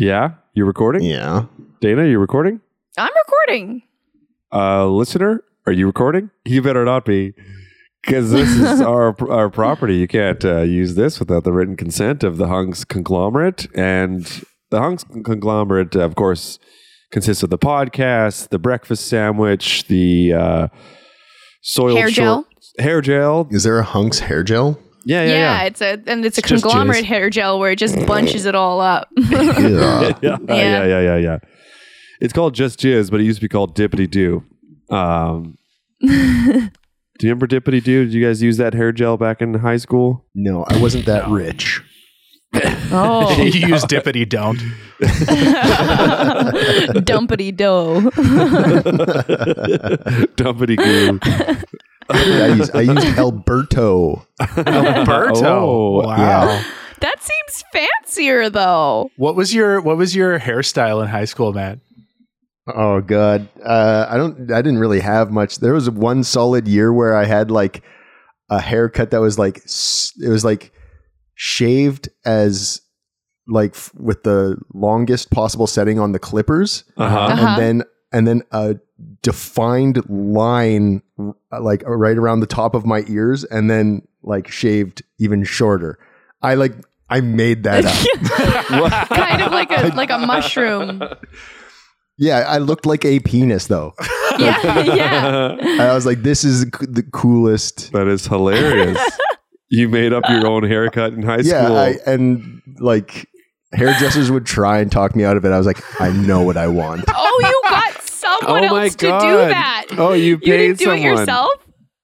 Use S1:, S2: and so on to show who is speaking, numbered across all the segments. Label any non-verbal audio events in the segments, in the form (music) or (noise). S1: Yeah, you recording?
S2: Yeah.
S1: Dana, you recording?
S3: I'm recording.
S1: Uh, listener, are you recording? You better not be, because this is our our property. You can't uh, use this without the written consent of the Hunks conglomerate, and the Hunks con- conglomerate, of course, consists of the podcast, the breakfast sandwich, the uh, soil
S3: Hair gel.
S1: hair gel.
S2: Is there a hunks hair gel?
S1: Yeah, yeah,
S3: Yeah,
S1: yeah.
S3: it's a and it's a
S1: just
S3: conglomerate
S1: jizz.
S3: hair gel where it just bunches it all
S1: (laughs)
S3: up.
S2: Ugh.
S1: yeah, Uh, yeah, yeah,
S3: Yeah.
S1: yeah, yeah, yeah. It's called Just Jizz, but it used to be called Dippity Doo.
S3: (laughs)
S1: Um, do you remember Dippity Doo? Did you guys use that hair gel back in high (laughs) school?
S2: no, I wasn't that rich.
S3: oh,
S1: (laughs)
S4: you use dippity don't.
S3: (laughs) dumpity dough.
S1: Dumpity Goo.
S2: I used, I used Alberto.
S4: Alberto.
S1: Oh,
S4: wow.
S2: yeah.
S3: that seems fancier though.
S4: What was your what was your hairstyle in high school, Matt?
S2: Oh god, uh, I don't. I didn't really have much. There was one solid year where I had like a haircut that was like s- it was like shaved as like f- with the longest possible setting on the clippers,
S1: Uh-huh.
S3: Uh-huh.
S2: and then and then a defined line uh, like right around the top of my ears, and then like shaved even shorter. I like I made that up.
S3: kind of like a like a mushroom.
S2: yeah, I looked like a penis though.
S3: Yeah, yeah.
S2: I was like, this is c- the coolest.
S1: That is hilarious. (laughs) you made up your own haircut in high
S2: yeah,
S1: school.
S2: I, and like hairdressers would try and talk me out of it. I was like, I know what I want.
S3: Oh, you got someone
S1: oh my
S3: else
S1: god!
S3: to do that.
S1: Oh, you
S3: you
S1: paid
S3: didn't do
S1: someone.
S3: it yourself.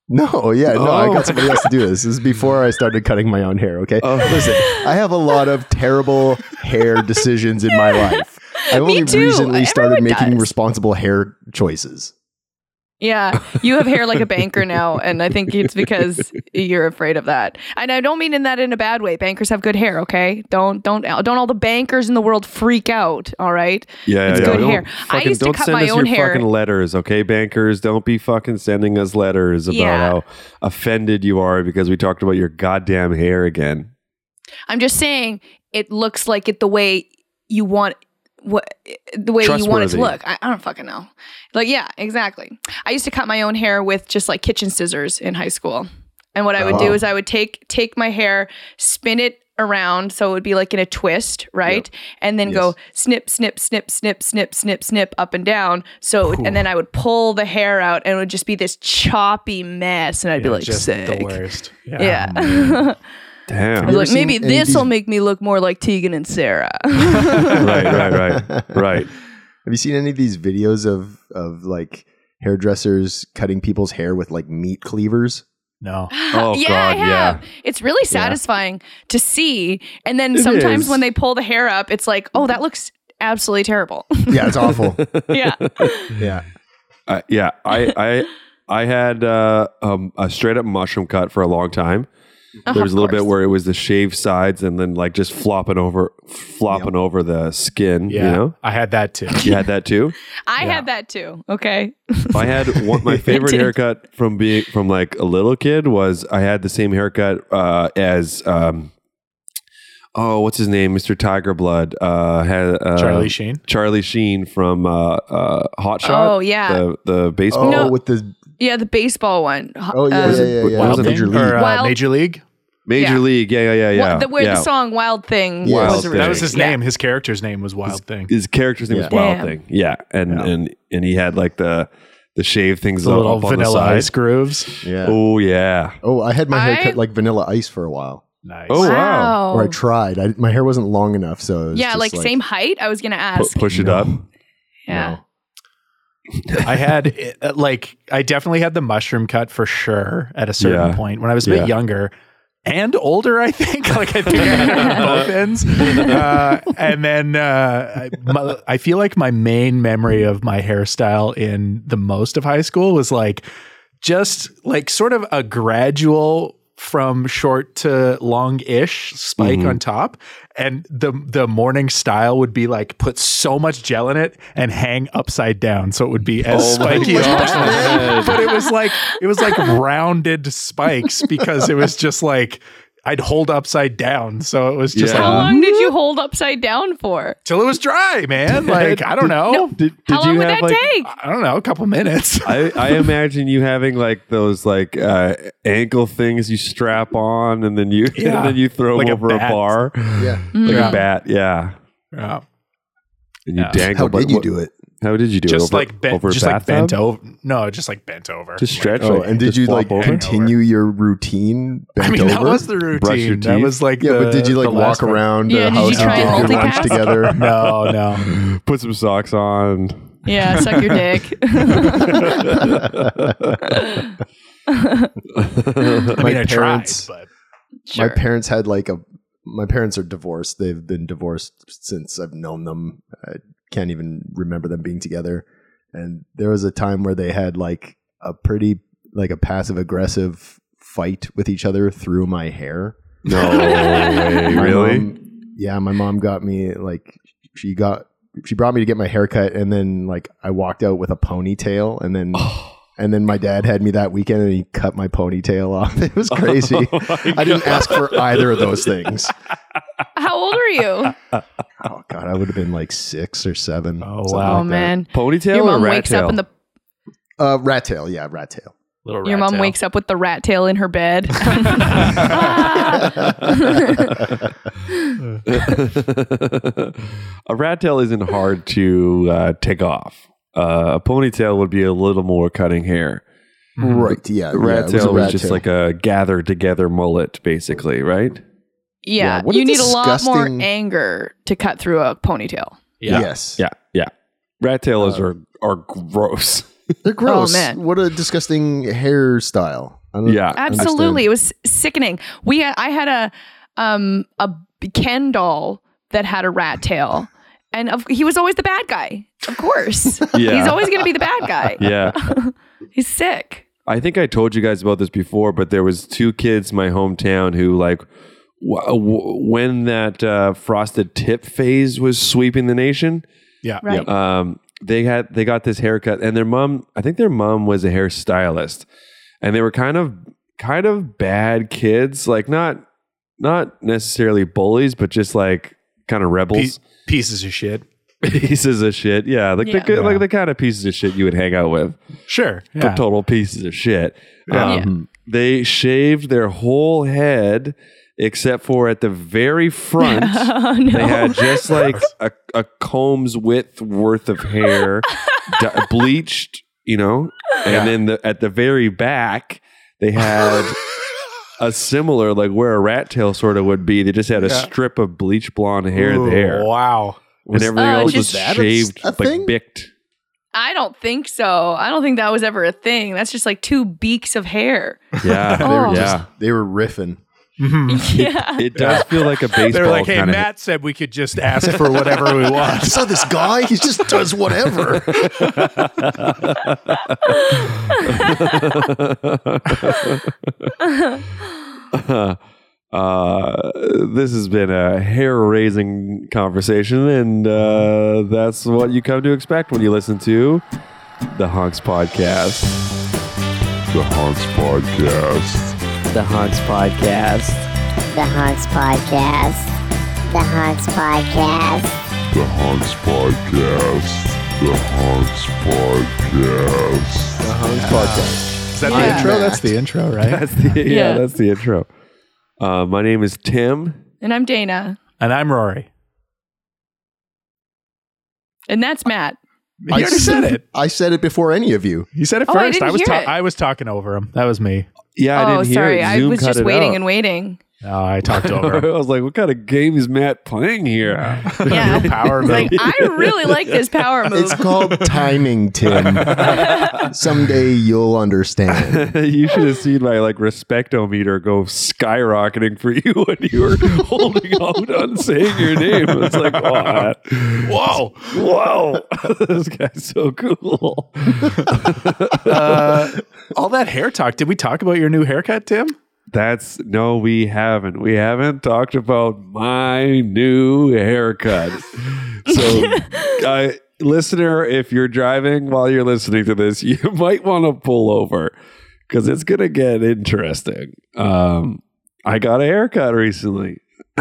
S2: No, yeah, no, I
S1: Oh.
S2: got somebody else to do this. This is before I started cutting my own hair. Okay,
S1: Oh.
S2: listen, I have a lot of terrible hair decisions in my life. I
S3: Me
S2: only
S3: too.
S2: recently started
S3: Everyone
S2: making
S3: does.
S2: responsible hair choices.
S3: Yeah, you have hair like a banker now, and I think it's because you're afraid of that. And I don't mean in that in a bad way. Bankers have good hair, okay? Don't don't don't all the bankers in the world freak out, all right?
S1: Yeah,
S3: It's
S1: yeah,
S3: good
S1: yeah.
S3: hair.
S1: Don't
S3: I
S1: fucking-
S3: used to
S1: don't
S3: cut
S1: send
S3: my
S1: us
S3: own
S1: your
S3: hair.
S1: Fucking letters, okay, bankers. Don't be fucking sending us letters about
S3: Yeah.
S1: how offended you are because we talked about your goddamn hair again.
S3: I'm just saying it looks like it the way you want what the way you want it to
S1: Trustworthy.
S3: look. I, I don't fucking know. Like yeah, exactly. I used to cut my own hair with just like kitchen scissors in high school. And what I would
S2: Wow.
S3: do
S4: Oh.
S3: is I would take take my hair, spin it around so it would be like in a twist, right? And then go snip, snip, snip, snip, snip, snip, snip up and down. So it would- and then I would pull the hair out and it would just be this choppy mess and I'd be like
S4: Just
S3: sick.
S4: the worst.
S3: (gasps)
S4: Oh,
S3: Yeah.
S1: Damn.
S3: I (laughs) was like,
S2: seen
S3: maybe
S2: any of
S3: this will
S2: these-
S3: make me look more like Tegan and Sarah. (laughs)
S1: right, right, right, right.
S2: Have you seen any of these videos of of like hairdressers cutting people's hair with like meat cleavers?
S1: (gasps)
S4: No.
S1: Oh,
S3: yeah,
S1: God,
S3: I have.
S1: yeah.
S3: It's really satisfying to see. And then
S1: It
S3: sometimes
S1: is.
S3: when they pull the hair up, it's like, oh, that looks absolutely terrible. (laughs)
S2: Yeah, it's awful.
S3: yeah.
S2: yeah.
S1: Uh, yeah,
S3: (laughs)
S1: I, I, I had uh, um, a straight up mushroom cut for a long time.
S3: Oh, Of
S1: there was a little bit
S3: course.
S1: where it was the shaved sides and then like just flopping over, flopping over the skin.
S4: Yeah.
S1: You know,
S4: I had that too.
S1: you had that too.
S3: I had that too. Okay.
S1: I
S4: (laughs)
S1: had one, my favorite
S3: did.
S1: haircut from being from like a little kid was I had the same haircut uh, as um, oh what's his name Mr. Tiger Blood uh, had uh,
S4: Charlie Sheen.
S1: Charlie Sheen from uh, uh, Hot Shot
S3: Oh, yeah.
S1: the the
S2: Oh,
S1: baseball
S2: with the
S3: Yeah, the baseball one.
S2: oh yeah
S3: Uh,
S2: yeah yeah, yeah.
S1: Wild
S4: Wild
S1: Major
S4: Thing?
S1: League.
S4: Or, uh,
S3: Wild-
S4: Major League.
S1: Major
S3: yeah.
S1: League yeah yeah yeah
S3: what-
S1: yeah
S3: the, where
S1: yeah.
S3: the song Wild Thing
S2: Yes.
S1: Wild
S3: was
S1: Thing.
S4: That was his
S3: Yeah.
S4: name. His character's name was Wild Thing.
S1: his character's name was
S2: Yeah.
S1: Wild
S3: Damn.
S1: Thing yeah and
S4: Yeah.
S1: and and he had like the the shave things
S4: The
S1: up
S4: little
S1: up on the
S4: vanilla
S1: side
S4: ice grooves.
S2: yeah. Oh.
S1: oh yeah
S2: I had my hair
S3: I-
S2: cut like vanilla ice for a while,
S4: Nice.
S1: Oh, (laughs) wow.
S2: or I tried. I, my hair wasn't long enough, so it was
S3: yeah,
S2: just
S3: like, same height. I was gonna
S1: Pu-
S3: ask.
S1: push it
S2: No.
S1: up
S3: yeah.
S2: no.
S4: I had uh, like I definitely had the mushroom cut for sure at a certain
S1: Yeah.
S4: point when I was a bit
S1: Yeah.
S4: younger. and older, I think. (laughs) Like I think I had both ends. Uh, and then uh, I, my, I feel like my main memory of my hairstyle in the most of high school was like just like sort of a gradual from short to long ish spike on top. And the the morning style would be like put so much gel in it and hang upside down. So it would be as spiky (laughs) as possible but it was like it was like rounded spikes because it was just like I'd hold upside down, so it was just
S1: Yeah.
S3: How
S4: like
S3: long did you hold upside down for?
S4: till it was dry,
S2: (laughs)
S4: man. Like I don't know,
S1: Did,
S3: How long would that take?
S4: I don't know, a couple
S2: (laughs)
S4: minutes.
S1: (laughs) I, I imagine you having like those like uh, ankle things you strap on and then you (laughs)
S4: Yeah.
S1: and then you throw
S4: Like a
S1: them over a,
S4: bat.
S1: bar
S3: Mm-hmm.
S2: Yeah.
S1: like
S4: Yeah.
S1: a bat yeah
S4: Yeah.
S1: and you
S4: Yeah.
S1: dangle
S2: How
S1: but
S2: did you
S1: what-
S2: do it?
S1: how did you do it
S4: Just
S1: over,
S4: like bent,
S1: over a
S4: just like
S1: bathtub?
S4: bent over. No, just like bent over.
S1: just stretch
S2: Oh,
S1: like,
S2: and did
S1: just
S2: you
S1: flop
S2: like
S1: over?
S2: continue your routine bent
S4: (laughs) I mean,
S2: over?
S4: that was the routine. That
S1: teeth?
S4: was like
S2: yeah,
S4: the,
S2: but did you
S4: the
S2: like
S4: last
S2: walk
S4: one.
S2: around the
S3: Yeah, did you
S2: house and
S3: try
S2: get
S3: and
S2: your lunch
S3: multitask?
S4: (laughs)
S2: together?
S4: No,
S2: (laughs)
S4: no.
S1: put some socks
S4: (laughs)
S1: on (laughs)
S3: Yeah, suck your dick. (laughs)
S4: I mean, I
S2: parents-
S4: tried,
S3: sure.
S2: My parents had like a. My parents are divorced. They've been divorced since I've known them. I can't even remember them being together. And there was a time where they had like a pretty like a passive aggressive fight with each other through my hair. (laughs)
S1: no way
S2: My
S1: really
S2: mom- yeah, my mom got me like she got she brought me to get my haircut, and then like I walked out with a ponytail, and then and then my dad had me that weekend, and he cut my ponytail off. (laughs) It was crazy.
S1: (laughs) Oh
S2: I didn't ask
S4: (laughs)
S2: for either of those things.
S3: How old are you?
S2: Oh god, I would have been like six or seven.
S4: Oh,
S2: something
S3: (laughs)
S4: wow.
S3: Oh
S2: like that.
S3: man,
S1: ponytail
S3: your
S1: or
S3: mom
S1: rat
S3: wakes
S1: tail?
S3: up in the
S2: Uh, rat tail, yeah, rat tail.
S4: but
S3: your mom wakes up with the rat tail in her bed.
S2: (laughs)
S1: a rat tail isn't hard to uh, take off. Uh, a ponytail would be a little more cutting hair.
S4: Mm-hmm.
S2: Right, yeah,
S1: A rat
S2: yeah, it was a
S1: tail was
S2: rat
S1: just
S2: tail.
S1: like a gathered together mullet, basically, right?
S3: (laughs) yeah,
S2: Yeah, what a
S3: you need a lot more
S2: disgusting-
S3: anger to cut through a ponytail.
S2: yes,
S1: Yeah, yeah. Rat tailers
S2: Uh,
S1: are are gross. (laughs)
S2: they're gross.
S3: Oh, man.
S2: What a disgusting hairstyle. I don't
S1: Yeah.
S3: Absolutely, it was sickening. We had, I had a um a Ken doll that had a rat tail, and of, he was always the bad guy. Of course,
S1: Yeah.
S3: he's always going to be the bad guy.
S1: Yeah.
S3: He's sick.
S1: I think I told you guys about this before, but there was two kids in my hometown who like w- w- when that uh, frosted tip phase was sweeping the nation.
S4: Yeah.
S3: Right.
S1: um, they had they got this haircut and their mom i think their mom was a hairstylist and they were kind of kind of bad kids like not not necessarily bullies but just like kind of
S4: Pe-
S1: rebels
S4: pieces of shit.
S1: (laughs) pieces of shit yeah like
S3: Yeah.
S1: the good
S4: Yeah.
S1: like the kind of pieces of shit you would hang out with
S4: Sure.
S1: the
S4: Yeah.
S1: total pieces of shit
S4: Yeah.
S1: Um, they shaved their whole head except for at the very front
S3: (laughs) Oh no!
S1: they had just like a, a comb's width worth of hair, di- bleached, you know, and
S4: Yeah.
S1: then the, at the very back they had a similar like where a rat tail sort of would be. They just had a strip of bleach blonde hair
S4: Ooh,
S1: there,
S4: Wow.
S1: and everything
S3: Oh,
S1: else was
S3: just-
S2: that a-
S1: shaved,
S2: a
S1: like
S2: thing?
S1: bicked.
S3: I don't think so. I don't think that was ever a thing. That's just like two beaks of
S1: (laughs)
S3: hair.
S1: Yeah,
S3: They were
S1: yeah.
S2: They were riffing.
S3: yeah.
S1: it does feel like a baseball.
S4: They're like, hey,
S1: kinda hit."
S4: Matt said we could just (laughs) ask for whatever
S2: (laughs)
S4: we
S2: I
S4: want.
S2: saw this guy. He just does
S4: (laughs)
S2: whatever.
S1: uh, this has been a hair raising conversation, and uh, that's what you come to expect when you listen to the Honks Podcast. (laughs) The Honks Podcast.
S5: The Honks Podcast.
S6: The Honks Podcast. The Honks Podcast.
S7: The Honks Podcast. The Honks Podcast.
S4: Is that
S3: Yeah.
S4: the intro? That's the intro, right?
S1: That's the, yeah,
S3: Yeah.
S1: that's the intro. Uh, my name is Tim.
S3: And I'm Dana.
S4: and I'm Rory.
S3: And that's Matt.
S4: He already said (laughs) it.
S2: I said it before any of you.
S4: He said it
S3: Oh, I
S4: first.
S3: didn't
S4: I, was
S3: hear
S4: ta-
S3: it.
S4: I was talking over him. That was me.
S1: Yeah, I
S3: oh,
S1: didn't hear
S3: sorry.
S1: it.
S3: I
S1: Zoom
S3: was
S1: cut
S3: just
S1: it
S3: waiting
S1: out. (laughs)
S3: and waiting.
S4: No, I talked
S1: I
S4: (laughs) over.
S1: was like, what kind of game is Matt playing here? (laughs)
S3: Yeah.
S4: Power
S3: It's like,
S4: move.
S3: I really like this power move.
S4: (laughs)
S2: It's called timing, Tim. Someday you'll understand.
S1: you should have seen my like respectometer go skyrocketing for you (laughs) when you were holding out on saying your name. It's like, wow,
S4: Whoa.
S1: whoa, (laughs) this guy's so cool.
S4: Uh, all that hair talk. Did we talk about your new haircut, Tim?
S1: That's no, we haven't. We haven't talked about my new haircut. so, uh, listener, if you're driving while you're listening to this, (laughs) you might want to pull over because it's gonna get interesting. Um, I got a haircut recently. (laughs)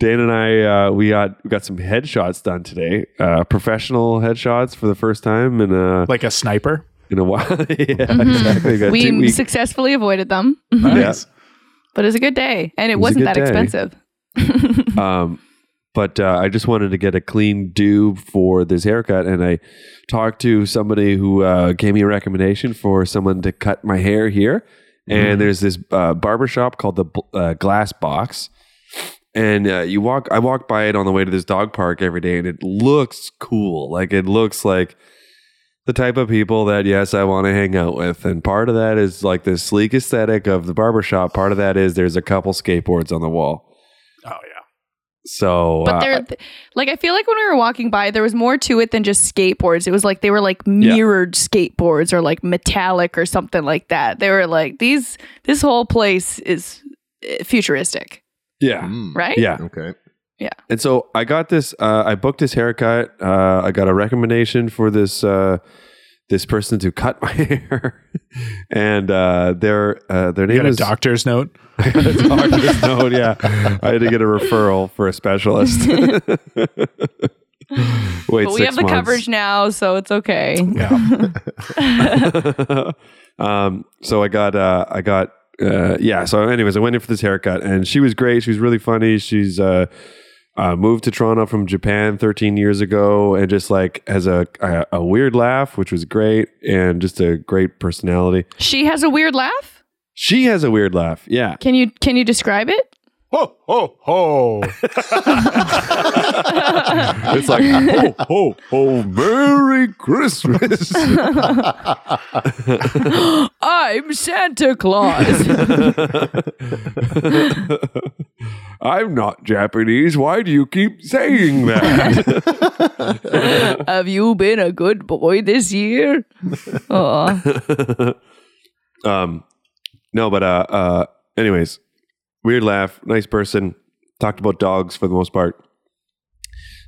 S1: Dan and I, uh, we got we got some headshots done today. Uh, professional headshots for the first time in a
S4: Like a sniper?
S1: in a while. (laughs) yeah, exactly. Got two
S3: we
S1: weeks-
S3: successfully avoided them, (laughs)
S1: Yeah.
S3: but it's a good day, and it,
S1: was a
S3: was not
S1: good
S3: that
S1: day.
S3: expensive.
S1: Um, but uh, I just wanted to get a clean do for this haircut, and I talked to somebody who uh, gave me a recommendation for someone to cut my hair here. And there's this uh, barber shop called the B- uh, Glass Box, and uh, you walk. I walk by it on the way to this dog park every day, and it looks cool. Like it looks like the type of people that yes i want to hang out with and part of that is like the sleek aesthetic of the barber shop. part of that is there's a couple skateboards on the wall
S4: Oh,
S1: so
S3: But
S1: uh,
S3: there, th- like, I feel like when we were walking by, there was more to it than just skateboards. It was like they were like mirrored skateboards or like metallic or something like that. They were like these. This whole place is uh, futuristic,
S1: yeah
S2: Mm.
S3: right?
S1: yeah
S2: Okay.
S1: and so i got this uh, i booked this haircut uh, i got a recommendation for this uh, this person to cut (laughs) my hair and uh, their uh, their
S4: You
S1: name
S4: got a
S1: is (laughs)
S4: doctor's note?
S1: doctor's note. Yeah, I had to get a referral for a
S4: (laughs)
S1: specialist. (laughs) Wait,
S3: But we have the coverage now, so it's okay.
S4: Yeah.
S1: um, so I got, uh, I got, uh, yeah. So, anyways, I went in for this haircut, and she was great. She was really funny. She's uh, uh, moved to Toronto from Japan 13 years ago, and just like has a a, a weird laugh, which was great, and just a great personality.
S3: She has a weird laugh.
S1: She has a weird laugh. Yeah.
S3: Can you can you describe it?
S4: (laughs) Ho, ho, ho.
S1: It's like, oh, oh, oh, Merry Christmas.
S3: I'm Santa Claus.
S1: I'm not Japanese. Why do you keep saying that?
S3: Have you been a good boy this year? Aw.
S1: um, no, but uh, uh, anyways, weird laugh, nice person. Talked about dogs for the most part.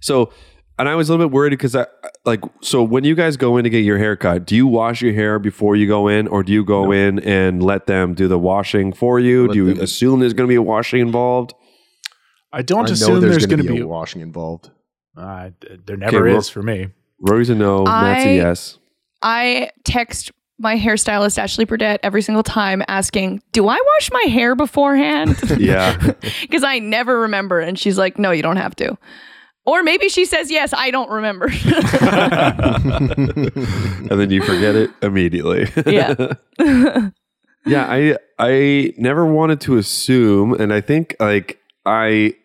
S1: So, and I was a little bit worried because I like so when you guys go in to get your haircut, do you wash your hair before you go in, or do you go in and let them do the washing for you?
S2: Let
S1: do you
S2: them-
S1: assume there's going to be a washing involved?
S4: I don't
S2: I know
S4: assume
S2: there's,
S4: there's
S2: going
S4: going to be.
S2: a washing involved.
S4: uh, there never
S1: Okay,
S4: is for me.
S1: Rory's a no, Matt's
S3: I-
S1: a yes.
S3: I text my hairstylist Ashley Burdett every single time asking, "Do I wash my hair beforehand?"
S1: Yeah. (laughs)
S3: Because I never remember, and she's like, "No, you don't have to." Or maybe she says, "Yes, I don't remember."
S1: and then you forget it immediately.
S3: yeah,
S1: yeah, I I never wanted to assume and I think like I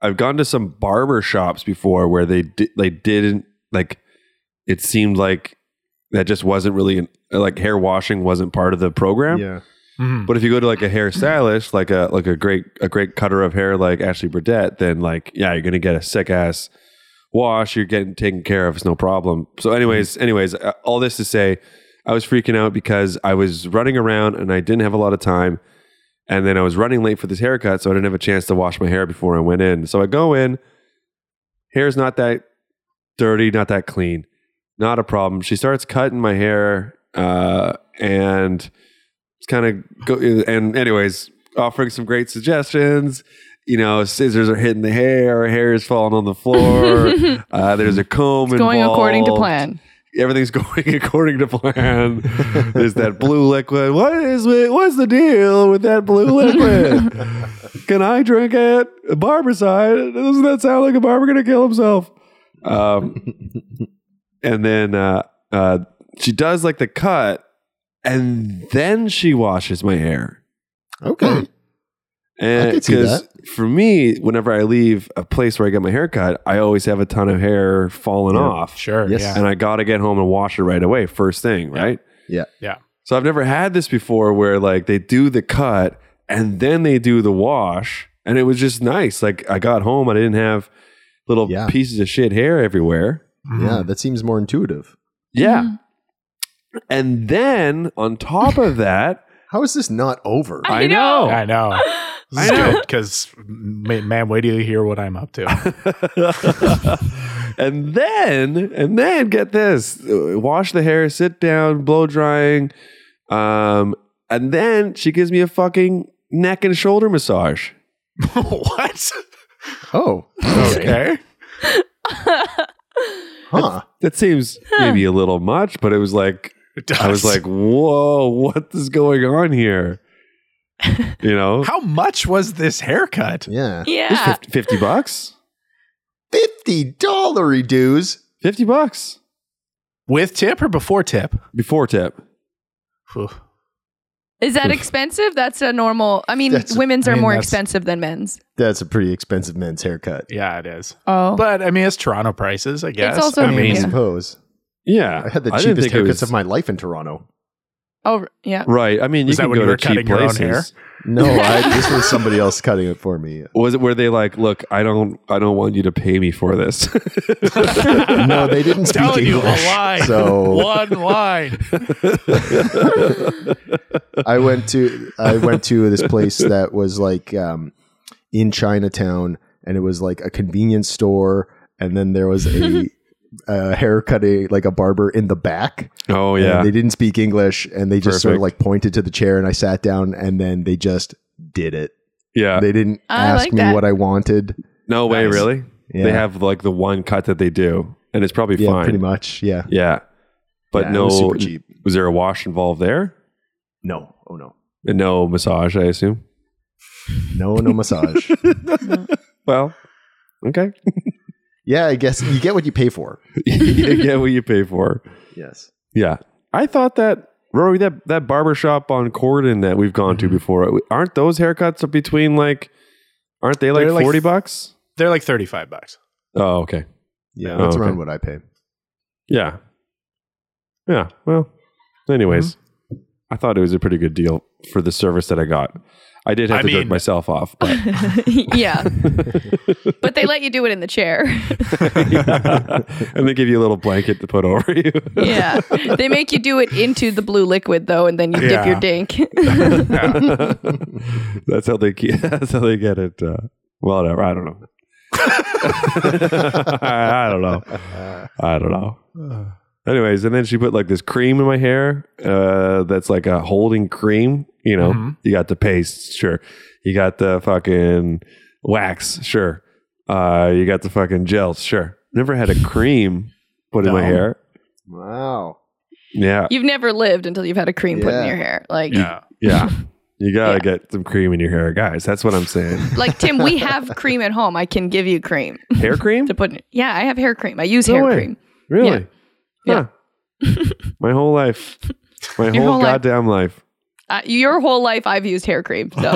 S1: I've gone to some barber shops before where they di- they didn't like it seemed like that just wasn't really an, like hair washing wasn't part of the program.
S2: Yeah.
S4: Mm-hmm.
S1: But if you go to like a hairstylist, like a like a great a great cutter of hair like Ashley Burdett, then like yeah, you're gonna get a sick ass wash. You're getting taken care of. It's no problem. So, anyways, anyways, uh, all this to say, I was freaking out because I was running around and I didn't have a lot of time, and then I was running late for this haircut, so I didn't have a chance to wash my hair before I went in. So I go in, hair's not that dirty, not that clean, not a problem. She starts cutting my hair, uh, and it's kind of go and anyways offering some great suggestions you know scissors are hitting the hair hair is falling on the
S3: (laughs)
S1: floor uh, there's a comb
S3: going according to
S1: involved.
S3: plan.
S1: everything's (laughs) going according to
S2: (laughs)
S1: plan there's that blue liquid what is it what's the deal with that blue
S2: (laughs)
S1: liquid can i drink it barbericide doesn't that sound like a barber gonna kill himself
S2: (laughs)
S1: um, and then uh, uh, she does like the cut and then she washes my hair.
S2: Okay.
S1: And
S2: I could see
S1: because for me, whenever I leave a place where I get my hair cut, I always have a ton of hair falling off.
S4: Sure.
S2: Yes.
S4: Yeah.
S1: And I got to get home and wash it right away, first thing, right?
S2: Yeah.
S4: Yeah.
S1: So I've never had this before where like they do the cut and then they do the wash. And it was just nice. Like I got home, I didn't have little
S2: Yeah.
S1: pieces of shit hair everywhere.
S2: Yeah, that seems more intuitive.
S1: Yeah. And then on top of that,
S2: How is this not over?
S1: (laughs) I, know.
S3: (laughs)
S4: I know. This is
S1: I know.
S4: good because, man, wait till you hear what I'm up (laughs) to.
S1: and then and then get this uh, wash the hair sit down blow drying um and then she gives me a fucking neck and shoulder massage
S4: what?
S2: Oh,
S4: Okay.
S2: huh.
S1: that seems maybe a little much but it was like
S4: It does. (laughs)
S1: i was like whoa what is going on here you know
S4: (laughs) how much was this haircut?
S2: Yeah.
S1: It's
S3: Yeah.
S1: 50, 50 bucks
S2: Fifty dollary dues.
S1: 50 bucks
S4: With tip or before tip?
S1: before tip
S4: Phew.
S3: Is that expensive? That's a normal. I mean,
S2: That's-
S3: women's
S4: I
S3: are
S4: mean,
S3: more
S4: that's-
S3: expensive than men's.
S2: That's a pretty expensive men's haircut.
S4: Yeah, it is.
S3: Oh.
S4: But I mean, it's Toronto prices, I guess.
S3: also-
S4: I
S3: Yeah.
S2: I
S4: mean,
S2: suppose.
S1: yeah
S2: I had the
S1: didn't
S2: cheapest
S1: think it
S2: haircuts
S1: was-
S2: of my life in Toronto.
S3: oh, yeah.
S1: right i mean you
S4: Is that
S1: can
S4: when
S1: go
S4: you
S1: to
S4: were
S1: cheap
S4: cutting your own
S1: places
S4: hair?
S2: No, I, this was somebody else cutting it for me.
S1: was it where they like look i don't i don't want you to pay me for this (laughs)
S2: No, (laughs) they didn't speak
S4: telling you a
S2: English.
S4: lie.
S2: So
S4: (laughs) One line.
S2: I went to I went to this
S1: (laughs)
S2: place that was like um, in Chinatown, and it was like a convenience store, and then there was
S1: (laughs)
S2: a, a haircutting like a barber in the back.
S1: oh
S2: and
S1: yeah
S2: they didn't speak English, and they just sort of
S1: Perfect.
S2: like pointed to the chair, and I sat down, and then they just did it.
S1: yeah
S2: They didn't
S3: I
S2: ask
S3: like
S2: me
S3: that.
S2: what I wanted.
S1: no way
S4: Nice.
S1: really
S2: Yeah.
S1: they have like the one cut that they do and it's probably
S2: Yeah,
S1: fine
S2: pretty much. Yeah.
S1: yeah but
S2: Yeah, it
S1: no
S2: was super cheap.
S1: was there a wash involved there
S2: No. Oh no.
S1: and no massage i assume
S2: No,
S1: (laughs)
S2: no massage.
S1: well okay
S2: yeah, I guess you get what you pay for.
S1: (laughs) you get what you pay for
S2: Yes.
S1: yeah i thought that rory that that barber shop on corden that we've gone to before aren't those haircuts between like aren't they like
S4: They're like
S1: 40
S4: f-
S1: bucks
S4: They're like 35 bucks.
S1: oh okay
S2: Yeah,
S1: Oh,
S2: that's
S1: okay.
S2: around what I pay.
S1: Yeah. Yeah. Well, anyways, Mm-hmm. I thought it was a pretty good deal for the service that I got. I did have
S4: I
S1: to jerk
S4: mean-
S1: myself off, but
S3: (laughs)
S1: (laughs)
S3: yeah. but they let you do it in the chair.
S1: and they give you a little blanket to put over you.
S3: yeah. They make you do it into the blue liquid, though, and then you dip
S4: Yeah.
S3: your dink.
S1: (laughs) that's how they keep, that's how they get it. Uh, well, whatever. I don't know. (laughs) I don't know. I don't know. Anyways, and then she put like this cream in my hair uh, that's like a holding cream. You know,
S4: Mhm.
S1: you got the paste, sure. You got the fucking wax, sure. Uh, you got the fucking gels, sure. Never had a cream put in my
S4: No.
S1: hair.
S2: Wow.
S1: Yeah,
S3: (laughs) You've never lived until you've had a cream put in
S2: Yeah.
S3: your hair. Like,
S4: Yeah.
S1: yeah. You gotta
S3: Yeah.
S1: get some cream in your hair, guys. That's what I'm saying.
S3: like Tim, we have cream at home. I can give you cream
S1: hair cream?
S3: to put. In. Yeah, I have hair cream. I use
S1: No
S3: hair
S1: way.
S3: cream.
S1: Really?
S3: Yeah.
S1: Huh. my whole life. My
S3: Your
S1: whole,
S3: whole life.
S1: goddamn life.
S3: Uh, your whole life, I've used hair cream. So,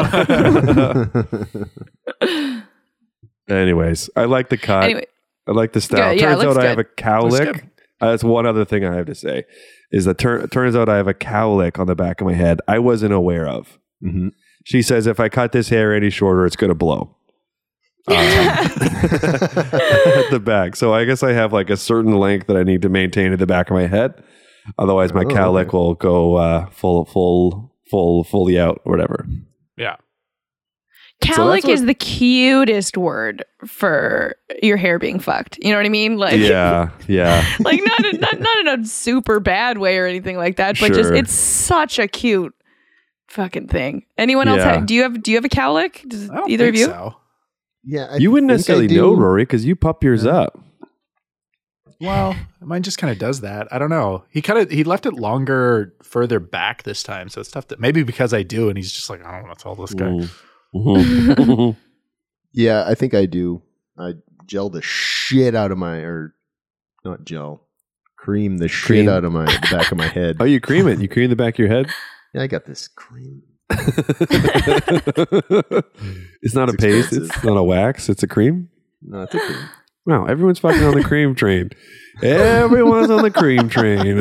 S1: Anyways, I like the cut.
S3: anyway,
S1: I like the style.
S3: Good, yeah, it
S1: turns out
S3: looks
S1: I have a
S3: good.
S1: cow
S4: Looks
S1: lick.
S4: good.
S1: Uh, that's one other thing I have to say is that tur- turns out I have a cow lick on the back of my head I wasn't aware of.
S2: Mhm.
S1: She says if I cut this hair any shorter, it's going to
S3: (laughs)
S1: blow. Um, (laughs) at the back. So I guess I have like a certain length that I need to maintain at the back of my head. Otherwise, my
S2: Oh,
S1: cow
S2: okay.
S1: lick will go uh, full, full, full, fully out or whatever.
S4: Yeah.
S3: cowlick
S1: what-
S3: is the cutest word for your hair being fucked. You know what (laughs) I mean? Like,
S1: Yeah. Yeah.
S3: like not, in- not not in a super bad way or anything like that, but just
S1: Sure.
S3: it's such a cute fucking thing. Anyone else?
S1: Yeah.
S3: Have, do you have do you have a cowlick? Does
S4: I don't
S3: either
S4: think
S3: of you?
S4: so.
S2: Yeah, (laughs) I
S1: you wouldn't
S2: think I
S1: necessarily
S2: do.
S1: know, Rory, because you pup yours up.
S4: Well, mine just kind of does that. I don't know. He kind of he left it longer further back this time, so it's tough to maybe because I do, and he's just like, I don't want to tell this guy.
S1: (laughs)
S2: (laughs)
S1: Mhm.
S2: Yeah, I think I do. I gel the shit out of my or not gel, cream the shit
S1: Cream. (laughs)
S2: out of my the back of my head.
S1: oh, you cream it. You cream the back of your head.
S2: Yeah, I got this cream.
S1: it's not a paste.
S2: expensive.
S1: It's not a wax. It's a cream.
S2: No, it's okay.
S1: Wow, everyone's fucking on the cream train. Everyone's on the cream train.
S2: You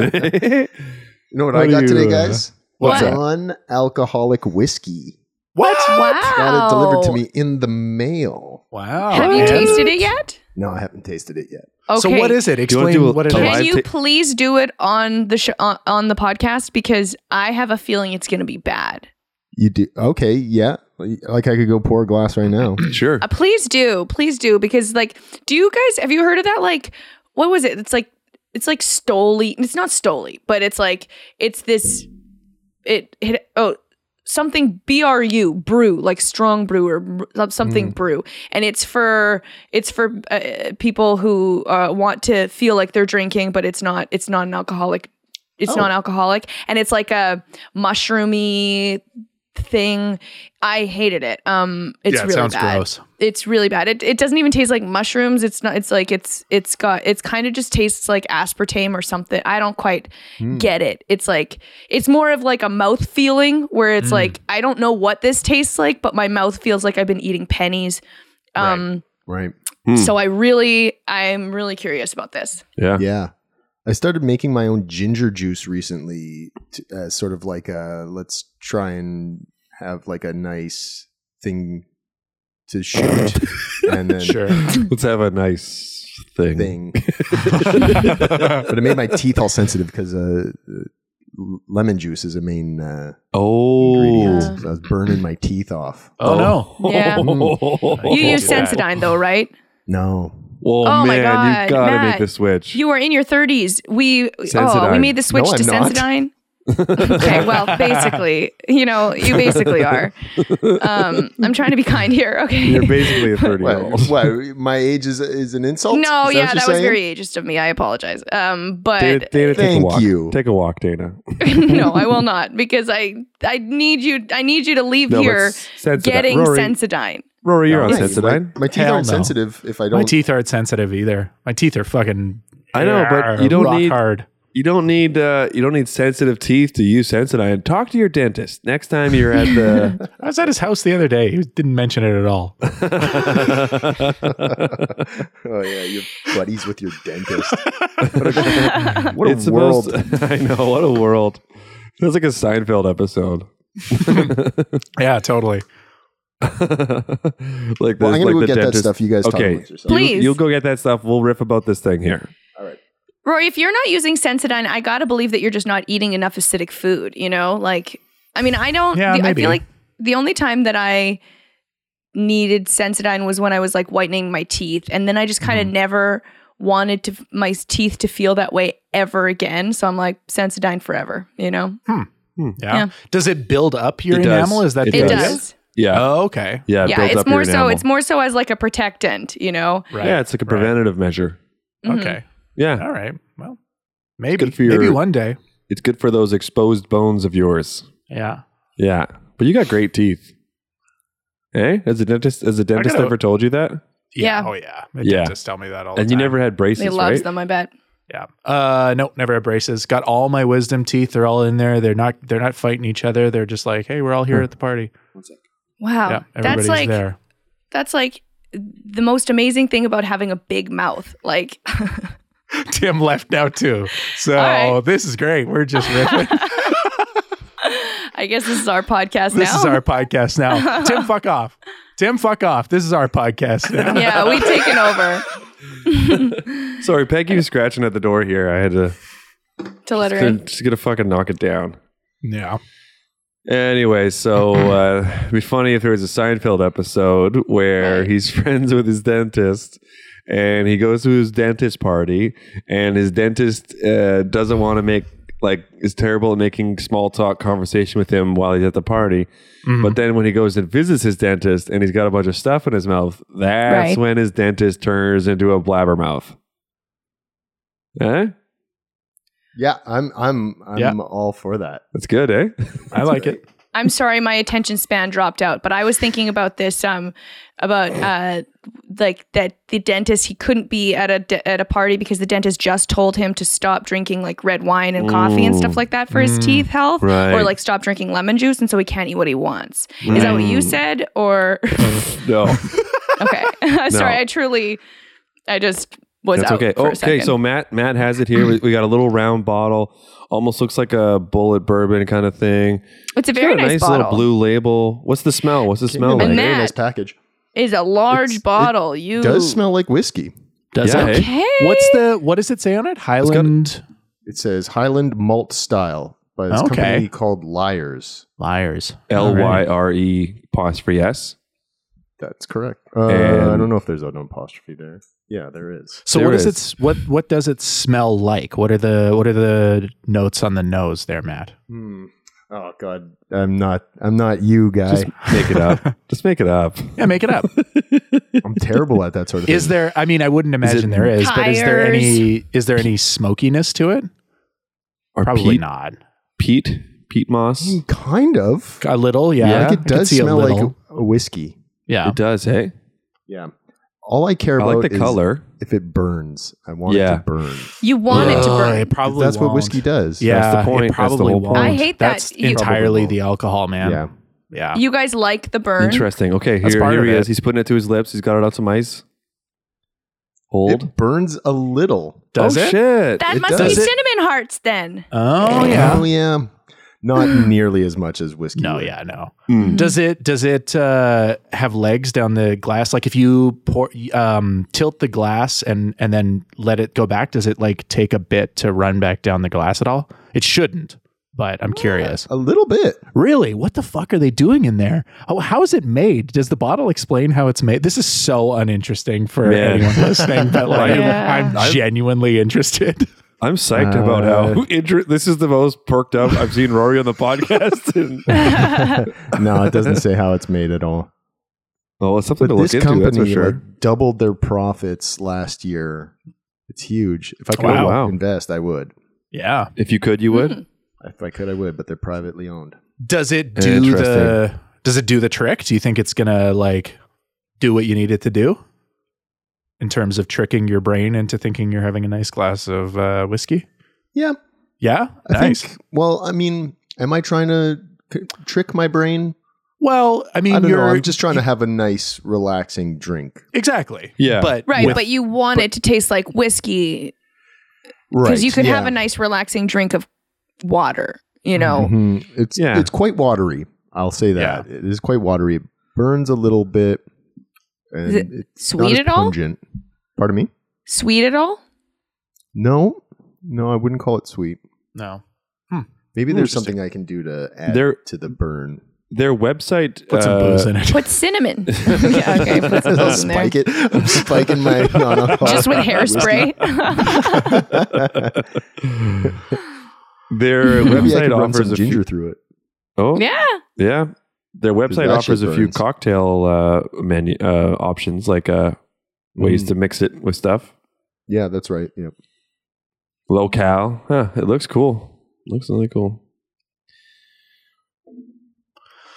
S2: know what,
S1: What
S2: I
S1: do
S2: got
S1: you,
S2: today,
S1: uh,
S2: guys?
S3: what's that?
S2: Non-alcoholic whiskey.
S3: (gasps)
S4: What?
S3: (laughs) Wow.
S2: Got it delivered to me in the mail.
S4: Wow.
S3: Have you
S4: And-
S3: tasted it yet?
S2: No, I haven't tasted it yet.
S3: Okay.
S4: So what is it?
S1: you wanna
S4: Explain
S1: do a-
S4: what it
S1: a
S4: is.
S1: live
S3: Can you
S1: ta-
S3: please do it on the show on, on the podcast because I have a feeling it's going to be bad.
S2: You do okay, yeah. Like I could go pour a glass right now.
S1: (laughs) sure.
S3: Uh, please do, please do because like, do you guys have you heard of that? Like, what was it? It's like it's like Stoli. It's not Stoli, but it's like it's this. It, it oh something bru brew like strong brew or br-
S4: Mm.
S3: something brew and it's for it's for uh, people who uh, want to feel like they're drinking but it's not it's not an alcoholic
S4: Oh.
S3: it's non-alcoholic and it's like a mushroomy thing i hated it um it's
S4: Yeah, it
S3: really
S4: sounds
S3: bad
S4: gross.
S3: it's really bad it, it doesn't even taste like mushrooms it's not it's like it's it's got it's kind of just tastes like aspartame or something i don't quite get it it's like it's more of like a mouth feeling where it's like i don't know what this tastes like but my mouth feels like i've been eating pennies um
S2: Right.
S3: so i really i'm really curious about this
S1: Yeah.
S2: Yeah. I started making my own ginger juice recently to, as sort of like a let's try and have like a nice thing to shoot
S4: (laughs)
S2: and then
S4: Sure.
S1: Let's have a nice thing.
S2: thing. but it made my teeth all sensitive because uh, uh, lemon juice is a main uh,
S1: (laughs)
S2: ingredient.
S1: Oh.
S2: So I was burning my teeth off.
S4: Oh, no.
S3: Yeah.
S1: Oh,
S3: you
S1: (laughs)
S3: use
S4: yeah.
S3: Sensodyne though right
S2: No.
S3: Oh
S1: man,
S3: my God,
S1: you gotta make
S3: Matt.
S1: the switch.
S3: You are in your 30s. We oh, we
S1: Sensodyne.
S3: made the switch
S2: No,
S3: to
S2: I'm not.
S3: Sensodyne. okay, well, basically, you know, you basically are. Um, I'm trying to be kind here.
S1: You're
S3: (laughs) Okay.
S1: basically a 30 year
S2: What,
S1: old.
S2: what, my age is, is an insult?
S3: No,
S2: Is
S3: yeah,
S2: what you're
S3: that was
S2: saying?
S3: very ageist of me. I apologize. Um,
S1: Dana,
S3: but
S1: Dana take a
S2: Thank
S1: walk.
S2: you.
S1: Take a walk, Dana.
S3: (laughs) no, I will not because I I need you. I need you to leave
S1: No, but
S3: here
S1: Sensodyne.
S3: getting
S1: Rory.
S3: Sensodyne.
S1: Rory, you're on
S2: Yeah,
S1: Sensodyne.
S2: My, my teeth
S4: Hell
S2: aren't
S4: no.
S2: sensitive if I don't.
S4: My teeth aren't sensitive either. My teeth are fucking.
S1: I know, but you don't
S4: rock
S1: need-
S4: hard.
S1: You don't need uh, you don't need sensitive teeth to use Sensodyne. Talk to your dentist next time you're at
S2: (laughs)
S1: the.
S4: I was at his house the other day. He didn't mention it
S1: (laughs)
S4: at all.
S2: Oh yeah, you're buddies with your (laughs) dentist. what a, what a
S1: It's
S2: world!
S1: supposed- (laughs) I know what a world. Feels like a Seinfeld episode. (laughs)
S4: Yeah, totally.
S1: like
S2: well,
S1: this,
S2: I'm gonna
S1: like
S2: go
S1: the
S2: get that
S1: dentist.
S2: stuff. You guys talk
S1: okay,
S2: amongst yourselves.
S3: Please.
S1: You, will go get that stuff. We'll riff about this thing here.
S3: Rory, if you're not using Sensodyne, I gotta believe that you're just not eating enough acidic food. You know, like I mean, I don't.
S4: Yeah,
S3: the- I
S4: maybe.
S3: feel like the only time that I needed Sensodyne was when I was like whitening my teeth, and then I just kind of never wanted to my teeth to feel that way ever again. So I'm like Sensodyne forever. You know,
S4: Yeah.
S3: Yeah.
S4: Does it build up your
S1: It does.
S4: enamel? Is that
S1: It
S3: it
S4: the
S3: does.
S4: idea?
S1: Yeah,
S4: Oh, okay.
S1: yeah. it
S3: yeah,
S1: builds
S3: it's
S1: up your
S3: more so.
S1: enamel.
S3: It's more so as like a protectant. You know,
S4: Right.
S1: Yeah, it's like a preventative measure.
S3: Mhm.
S4: Okay.
S1: Yeah,
S4: All right. Well, maybe.
S1: good for your-
S4: maybe one day.
S1: it's good for those exposed bones of yours.
S4: Yeah.
S1: Yeah, but you got great teeth. Eh? Has a dentist? Has a dentist
S4: gotta-
S1: ever told you that?
S3: Yeah.
S4: Oh, yeah. My
S1: Yeah.
S4: dentists tell me that all the
S1: And you
S4: time.
S1: never had braces,
S3: they loves
S1: right?
S3: them. I bet.
S4: Yeah. Uh nope, never had braces. Got all my wisdom teeth. They're all in there. They're not they're not fighting each other. They're just like, hey, we're all
S1: Hmm.
S4: here at the party.
S3: Wow,
S4: yeah.
S3: that's
S4: Everybody's
S3: like
S4: there.
S3: that's like the most amazing thing about having a big mouth. Like,
S4: Tim left now too. So
S3: All right.
S4: this is great. We're just
S3: (laughs)
S4: riffing.
S3: I guess this is
S1: (laughs)
S3: our podcast
S4: this
S3: now.
S4: is our podcast now. Tim, fuck off. Tim, fuck off. This is our podcast now.
S3: (laughs) yeah, we've taken over
S1: Sorry, Peggy was scratching at the door here. I had to.
S3: to let her
S1: She's
S3: in.
S1: gonna, she's gonna fucking knock it down.
S4: Yeah.
S1: Anyway, so uh, it'd be funny if there was a Seinfeld episode where he's (laughs) friends with his dentist and he goes to his dentist party and his dentist uh, doesn't want to make like is terrible at making small talk conversation with him while he's at the party. But then when he goes and visits his dentist and he's got a bunch of stuff in his mouth, that's
S3: Right.
S1: when his dentist turns into a blabbermouth. Eh?
S2: Yeah, I'm, I'm, I'm
S4: Yeah.
S2: all for that.
S1: That's good, eh?
S4: I like it.
S3: I'm sorry, my attention span dropped out, but I was thinking about this um about uh like that the dentist he couldn't be at a de- at a party because the dentist just told him to stop drinking like red wine and coffee and stuff like that for his teeth health
S1: Mm, Right.
S3: or like stop drinking lemon juice and so he can't eat what he wants. Is that what
S1: Mm.
S3: you said or (laughs)
S1: No, (laughs)
S3: okay. (laughs) sorry, I truly I just was
S1: that's
S3: out
S1: okay. Oh,
S3: for a
S1: okay,
S3: second.
S1: so Matt Matt has it here. We, we got a little round bottle, almost looks like a bullet bourbon kind of thing.
S3: it's a
S1: It's
S3: very
S1: got a nice
S3: nice, bottle.
S1: little blue label. What's the smell? What's the smell
S3: And
S1: like?
S3: that
S2: Very nice package.
S3: is a large
S2: It's- it
S3: bottle. you
S2: Does smell like whiskey.
S4: Does
S1: Yeah,
S4: it?
S1: eh?
S3: Okay.
S4: What's the what does it say on it? Highland
S2: It says Highland Malt Style by this
S4: Okay.
S2: company called Liars.
S5: Liars.
S1: L Y R E apostrophe S.
S2: That's correct. Uh, I
S1: And-
S2: don't know if there's an apostrophe there. Yeah, there is.
S4: So
S1: There
S4: what is
S1: is.
S4: it what what does it smell like? What are the what are the notes on the nose there, Matt?
S2: Hmm. Oh God, I'm not. I'm not you guy.
S1: Just make it
S4: (laughs)
S1: up. Just make it up.
S4: Yeah, make it up.
S2: I'm terrible at that sort of thing.
S4: (laughs) is there I mean I wouldn't imagine there is, but is there
S3: Tires.
S4: any is there any smokiness to it?
S1: Or
S4: Probably
S1: peat,
S4: not.
S1: Peat, peat moss.
S3: Mm.
S2: kind of?
S4: A little, yeah.
S2: like
S4: I
S2: it
S4: could
S2: does
S4: see a
S2: smell like
S4: little.
S2: a whiskey.
S4: yeah.
S1: It does. Hey,
S2: Yeah. All I care
S1: I
S2: about
S1: like the
S2: is
S1: color.
S2: if it burns. I want it
S1: Yeah.
S2: to burn.
S3: you want it to
S4: Ugh,
S3: burn?
S4: it probably
S2: That's what
S4: won't.
S2: whiskey does.
S4: Yeah,
S1: That's the point.
S4: It
S1: That's the
S4: probably
S1: whole
S4: won't.
S1: point.
S3: I hate
S4: That's
S3: that. You-
S4: entirely
S2: Probably
S4: the alcohol, man.
S2: Yeah.
S4: yeah.
S3: You guys like the burn?
S1: Interesting. Okay,
S4: That's
S1: here,
S4: part
S1: here
S4: of
S1: he
S4: it.
S1: is. He's putting it to his lips. He's got it on some ice. Hold.
S2: It burns a little.
S4: Does
S1: oh
S4: it?
S1: shit!
S3: That
S2: It
S3: must
S2: does.
S3: be
S2: It-
S3: cinnamon hearts then.
S4: Oh yeah.
S2: Oh yeah. Not (gasps) nearly as much as whiskey.
S4: No,
S2: would.
S4: yeah, no.
S1: Mm.
S4: Does it does it uh, have legs down the glass? Like if you pour um, tilt the glass and and then let it go back, does it like take a bit to run back down the glass at all? It shouldn't, but I'm curious.
S2: A little bit.
S4: Really, what the fuck are they doing in there? Oh, how is it made? Does the bottle explain how it's made? This is so uninteresting for
S1: Man.
S4: anyone listening, but like
S3: Yeah.
S4: I'm genuinely interested. (laughs)
S1: I'm psyched about
S2: Uh,
S1: how (laughs) inter- this is the most perked up I've seen Rory on the
S2: (laughs)
S1: podcast. in-
S2: No, it doesn't say how it's made at all.
S1: well, it's something
S2: But
S1: to look
S2: this
S1: into.
S2: company
S1: That's for sure.
S2: like, doubled their profits last year. It's huge. If I could
S4: Wow.
S1: Wow.
S2: invest, I would.
S4: yeah.
S1: if you could, you would.
S2: If I could, I would. But they're privately owned.
S4: Does it do
S1: Interesting.
S4: the does it do the trick? Do you think it's gonna like do what you need it to do in terms of tricking your brain into thinking you're having a nice glass of uh, whiskey?
S2: Yeah,
S4: Yeah,
S2: I
S4: nice.
S2: think. Well, I mean, am I trying to c- trick my brain?
S4: well, I mean,
S2: I don't
S4: you're
S2: know. I'm just trying to have a nice, relaxing drink.
S4: exactly.
S1: Yeah.
S2: Uh,
S4: but
S3: Right,
S4: with-
S3: but you want it to taste like whiskey
S2: Right.
S3: because you could have a nice relaxing drink of water, you know.
S2: Mhm. It's
S1: Yeah.
S2: it's quite watery. I'll say that it is quite watery. It burns a little bit. And
S3: Is it
S2: it's
S3: sweet
S2: not as
S3: at all?
S2: pungent. Pardon me.
S3: Sweet at all?
S2: No, no, I wouldn't call it sweet.
S4: no.
S2: Maybe there's
S4: Interesting.
S2: something I can do to add
S1: There-
S2: to the burn.
S1: their website.
S4: Put some
S1: uh,
S4: booze in it.
S2: (laughs)
S3: Put cinnamon. (laughs) yeah, okay. Put some
S2: I'll
S3: booze in there.
S2: spike it. I'm spiking my non-alcoholic
S3: (laughs) Just with
S2: (laughs) whiskey.
S3: hairspray.
S1: (laughs)
S3: (laughs)
S1: Their
S2: Maybe I
S1: website
S2: could run
S1: offers
S2: some
S1: a
S2: ginger
S1: few,
S2: through it.
S1: Oh
S3: yeah.
S1: yeah. Their website
S2: that
S1: offers
S2: shit
S1: a few
S2: burns.
S1: cocktail uh, menu uh, options, like uh, ways
S2: Mm.
S1: to mix it with stuff.
S2: Yeah, that's right. Yep.
S1: Locale. Huh, it looks cool. Looks really cool.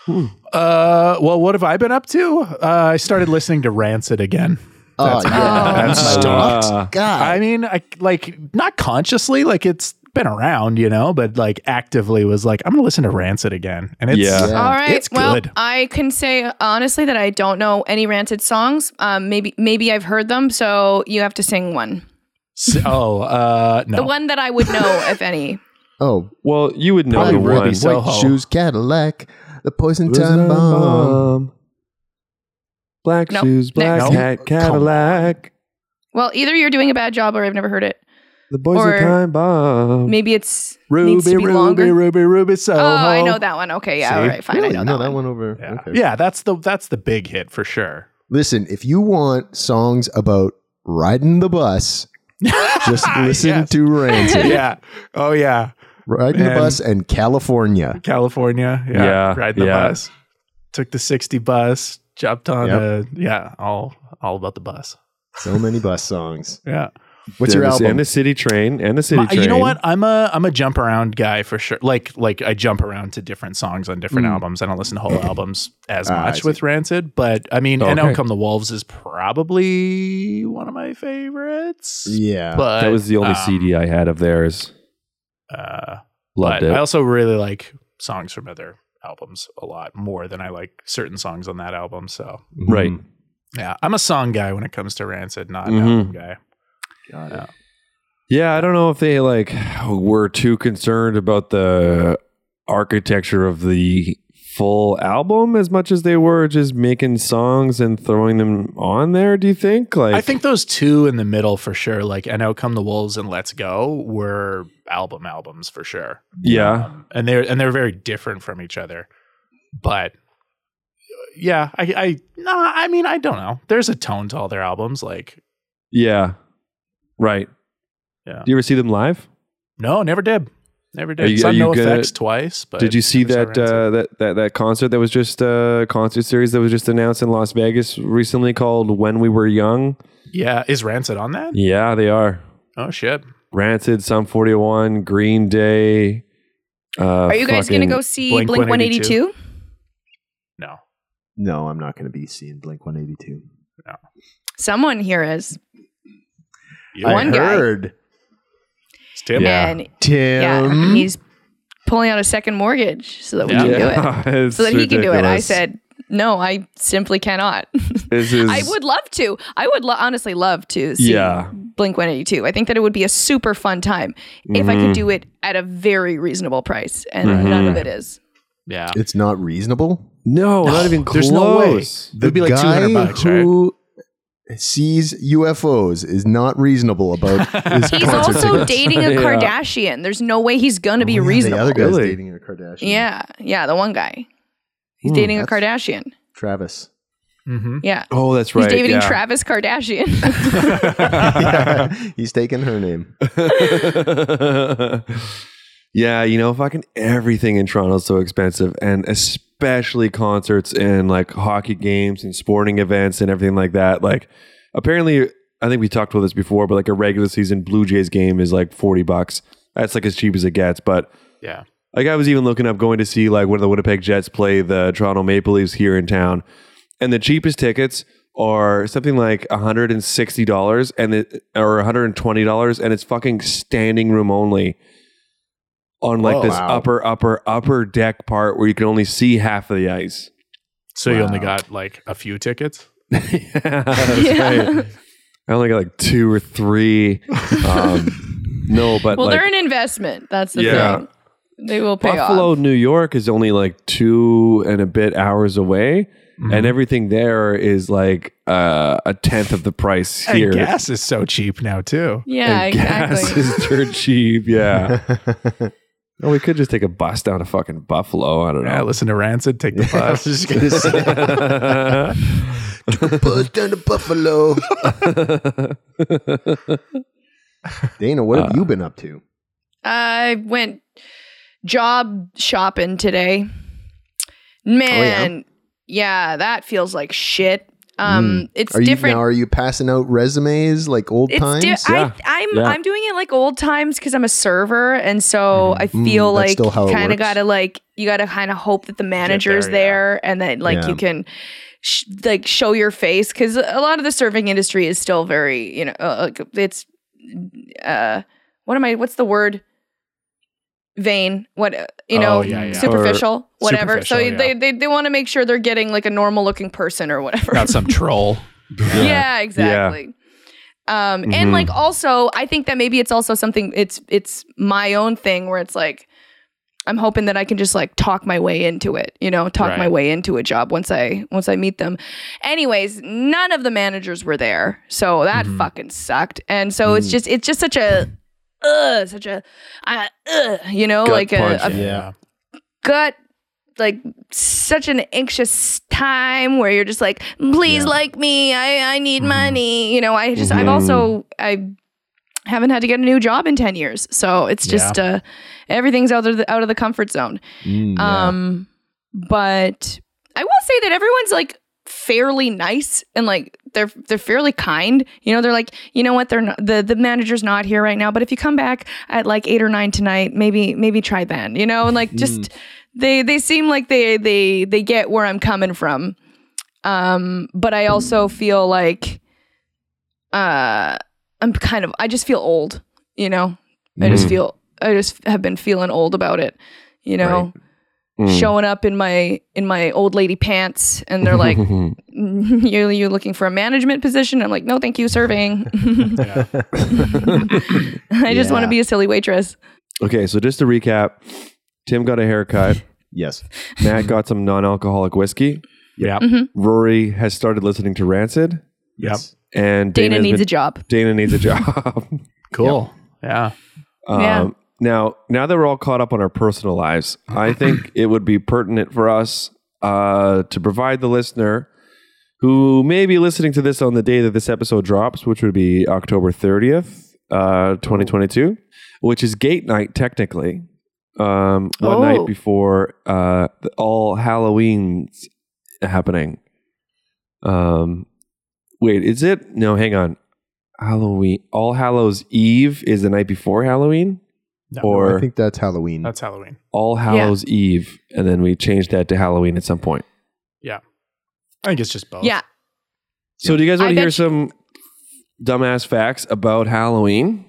S4: Uh, well, what have I been up to? Uh, I started listening to Rancid again. That's-
S2: oh,
S3: Oh.
S2: yeah.
S4: That's
S2: I love-
S1: stoked. Ah.
S2: God.
S4: I mean, I like not consciously, like it's been around, you know, but like actively was like, I'm gonna listen to Rancid again, and it's
S1: Yeah.
S2: Yeah.
S3: All right.
S4: It's
S3: well, uh,
S4: good.
S3: I can say honestly that I don't know any ranted songs. Um, maybe maybe I've heard them, so you have to sing one.
S4: S- oh uh, no,
S3: The one that I would know, if any.
S2: oh,
S1: Well, you would know
S2: probably
S1: the
S4: Ruby
S1: one.
S2: Ruby
S4: Soho.
S2: White Shoes Cadillac, the Poison
S1: Losing
S2: Time
S1: a
S2: Bomb.
S1: bomb. Black
S3: Nope.
S1: shoes, black
S4: Next.
S1: hat, Cadillac.
S3: (laughs) Well, either you're doing a bad job, or I've never heard it.
S1: The boys
S3: Or
S1: are time bomb.
S3: Maybe it's
S4: Ruby,
S3: needs to be
S4: Ruby,
S3: longer.
S4: Ruby, Ruby Soho.
S3: Oh, I know that one. Okay, yeah,
S4: See?
S3: all right, fine.
S2: Really?
S3: I know
S2: no,
S3: that one.
S2: over.
S4: Yeah.
S2: okay.
S4: yeah, that's the that's the big hit for sure.
S2: Listen, if you want songs about riding the
S3: (laughs)
S2: bus, just listen
S4: Yes.
S2: to Rancid.
S4: yeah. Oh yeah.
S2: Riding
S4: And-
S2: the bus and California.
S4: California. Yeah.
S1: Yeah,
S4: Ride the
S1: yeah.
S4: bus. Took the 60 bus, jumped on
S2: Yep.
S4: a yeah, all all about the bus.
S2: So many bus songs.
S4: Yeah.
S2: What's your
S1: There's-
S2: album?
S1: And the city train. And the city
S4: My-
S1: train.
S4: you know what? I'm a I'm a jump around guy for sure. Like like I jump around to different songs on
S1: Mm.
S4: different albums. I don't listen
S1: (clears throat)
S4: to whole albums as
S2: Ah, I
S4: much with Rancid, but I mean, and
S1: Oh, Okay.
S4: Out Come the Wolves is probably one of my favorites.
S2: yeah.
S4: But
S1: That was the only
S4: um,
S1: CD I had of theirs.
S4: Uh,
S1: Loved
S4: but
S1: it.
S4: I also really like songs from other albums a lot more than I like certain songs on that album. So
S1: right.
S4: yeah, I'm a song guy when it comes to Rancid, not an
S1: Mhm.
S4: album guy.
S1: Yeah, I don't know if they like were too concerned about the architecture of the full album as much as they were just making songs and throwing them on there. Do you think? Like,
S4: I think those two in the middle for sure, like and Out Come the Wolves and Let's Go, were album albums for sure.
S1: yeah,
S4: Um, and they're and they're very different from each other. But yeah, I, I no, I mean I don't know. There's a tone to all their albums. Like
S1: yeah, right.
S4: Yeah.
S1: Do you ever see them live?
S4: no, never did, never did.
S1: Are you-
S4: Saw
S1: are you
S4: no
S1: gonna-
S4: effects twice. But
S1: Did you see
S4: never
S1: that
S4: saw Rancid.
S1: uh, that that that concert that was just uh, concert series that was just announced in Las Vegas recently called "When We Were Young"?
S4: yeah, is Rancid on that?
S1: Yeah, they are.
S4: Oh shit.
S1: Rancid, Sum 41, Green Day. Uh,
S3: Are you guys gonna
S1: fucking-
S3: go see
S4: Blink
S3: Blink,
S4: 182?
S3: 182?
S4: No.
S2: No, I'm not going to be seeing Blink 182.
S3: Someone here is.
S4: Yeah.
S3: One
S2: I
S3: guy.
S2: heard
S4: It's Tim.
S1: Yeah.
S3: And
S2: Tim.
S3: yeah, he's pulling out a second mortgage so that we can
S1: (laughs)
S3: do it.
S1: It's
S3: So that he can do it. I
S1: ridiculous.
S3: said, no, I simply cannot. (laughs)
S1: this is
S3: I would love to. I would lo- honestly love to see
S1: Yeah.
S3: Blink 182. I think that it would be a super fun time if
S1: Mm-hmm.
S3: I could do it at a very reasonable price, and none of
S1: (laughs)
S3: it is.
S4: Yeah.
S2: it's not reasonable.
S1: no, not even close.
S4: There's no way. It would be like 200 bucks, right?
S2: who sees UFOs is not reasonable about his
S3: He's
S2: concert
S3: also
S2: tickets.
S3: dating a
S1: (laughs) Yeah. Oh,
S3: Kardashian. There's no way he's going to
S2: (laughs)
S3: be
S2: Yeah,
S3: reasonable.
S2: The other guy's
S1: Really?
S2: dating a Kardashian.
S3: yeah, yeah, the one guy. He's
S1: Hmm.
S3: dating a Kardashian.
S2: Travis. (laughs)
S4: Mm-hmm.
S3: Yeah.
S1: Oh, that's
S3: He's
S1: right.
S3: dating
S1: yeah.
S3: Travis (laughs) Kardashian.
S2: He's taking her name.
S1: (laughs) yeah, you know, fucking everything in Toronto is so expensive, and especially concerts and like hockey games and sporting events and everything like that. Like, apparently, I think we talked about this before, but like a regular season Blue Jays game is like forty bucks. That's like as cheap as it gets, but
S4: Yeah.
S1: Like I was even looking up going to see like when the Winnipeg Jets play the Toronto Maple Leafs here in town, and the cheapest tickets are something like hundred and sixty dollars and it or hundred and twenty dollars, and it's fucking standing room only on like
S2: Whoa.
S1: this
S2: Wow.
S1: upper upper upper deck part where you can only see half of the ice.
S4: So you only got like a few tickets.
S1: yeah, that's right. I only got like two or three. Um, no, but
S3: well,
S1: like,
S3: they're an investment. That's the
S1: Yeah.
S3: thing. They will pay
S1: Buffalo,
S3: off.
S1: New York is only like two and a bit hours away,
S4: Mm-hmm.
S1: and everything there is like uh, a tenth of the price here.
S4: And gas is so cheap now too.
S3: Yeah,
S1: And (laughs)
S3: exactly.
S1: gas (laughs) is dirt cheap. Yeah.
S4: (laughs)
S1: Well, we could just take a bus down to fucking Buffalo. I don't
S4: Yeah,
S1: know.
S4: listen to Rancid, take (laughs) the
S2: I
S4: bus.
S2: was just (laughs) gonna say buzz down to Buffalo. Dana, what have you been up to?
S3: I went job shopping today. Man,
S2: Oh,
S3: yeah. that feels like shit. Um, it's
S2: Hmm. Are you
S3: different.
S2: now? Are you passing out resumes like old
S3: it's
S2: times?
S3: di-
S1: Yeah,
S3: I, I'm
S1: yeah.
S3: I'm doing it like old times because I'm a server, and so I feel
S2: that's
S3: like
S2: still how it
S3: you kind
S2: works.
S3: of gotta like you gotta kind of hope that the manager's there, and that like
S2: Yeah.
S3: you can sh- like show your face because a lot of the serving industry is still very you know uh, like, it's uh what am I what's the word vain what uh, (laughs) you
S4: Oh,
S3: know
S4: yeah, yeah.
S3: superficial whatever so
S4: superficial,
S3: they
S4: yeah.
S3: they, they want to make sure they're getting like a normal looking person or whatever
S4: Not some troll.
S3: yeah, exactly. Um, and like also, I think that maybe it's also something. It's it's my own thing where it's like, I'm hoping that I can just like talk my way into it. You know, talk my
S4: Right.
S3: way into a job once I once I meet them. Anyways, none of the managers were there, so that fucking sucked. And so it's just it's just such a. Uh, such a, uh, uh, you know, (laughs) like a,
S1: punch,
S3: a
S4: Yeah.
S3: gut like such an anxious time where you're just like please like me i i need money you know i just i've also i haven't had to get a new job in 10 years so it's just uh everything's out of the out of the comfort zone um but i will say that everyone's like fairly nice and like they're they're fairly kind. You know, they're like, you know what, they're not the, the manager's not here right now, but if you come back at like eight or nine tonight, maybe maybe try then, you know, and like just they they seem like they they they get where I'm coming from. Um, but I also feel like uh I'm kind of I just feel old, you know. I just feel I just have been feeling old about it, you know.
S1: Mm.
S3: Showing up in my in my old lady pants, and they're
S1: (laughs)
S3: like, "Mm, (laughs) "You you looking for a management position?" I'm like, "No, thank you, serving. (laughs) I just want to be a silly waitress."
S1: Okay, so just to recap, Tim got a haircut.
S2: Yes.
S3: (laughs)
S1: Matt got some non-alcoholic whiskey.
S4: Yeah.
S3: Mm-hmm.
S1: Rory has started listening to Rancid,
S4: Yep.
S1: and
S3: Dana
S1: Dana's
S3: needs
S1: been-
S3: a job.
S1: Dana needs a (laughs) job.
S4: Cool. Yeah.
S1: Um,
S3: Yeah.
S1: Now, now that we're all caught up on our personal lives, I think it would be pertinent for us uh, to provide the listener who may be listening to this on the day that this episode drops, which would be October 30th, uh, 2022, which is gate night technically, um, one
S3: Oh.
S1: night before uh, the- all Halloween's happening. Um, wait, is it? No, hang on. Halloween, All Hallows Eve is the night before Halloween,
S4: No,
S1: or
S2: I think that's Halloween.
S4: That's Halloween.
S1: All Hallows Eve, and then we change that to Halloween at some point.
S4: I think it's just both.
S3: Yeah,
S1: So, do you guys
S3: I
S1: want to
S3: bet
S1: hear
S3: you-
S1: some dumbass facts about Halloween?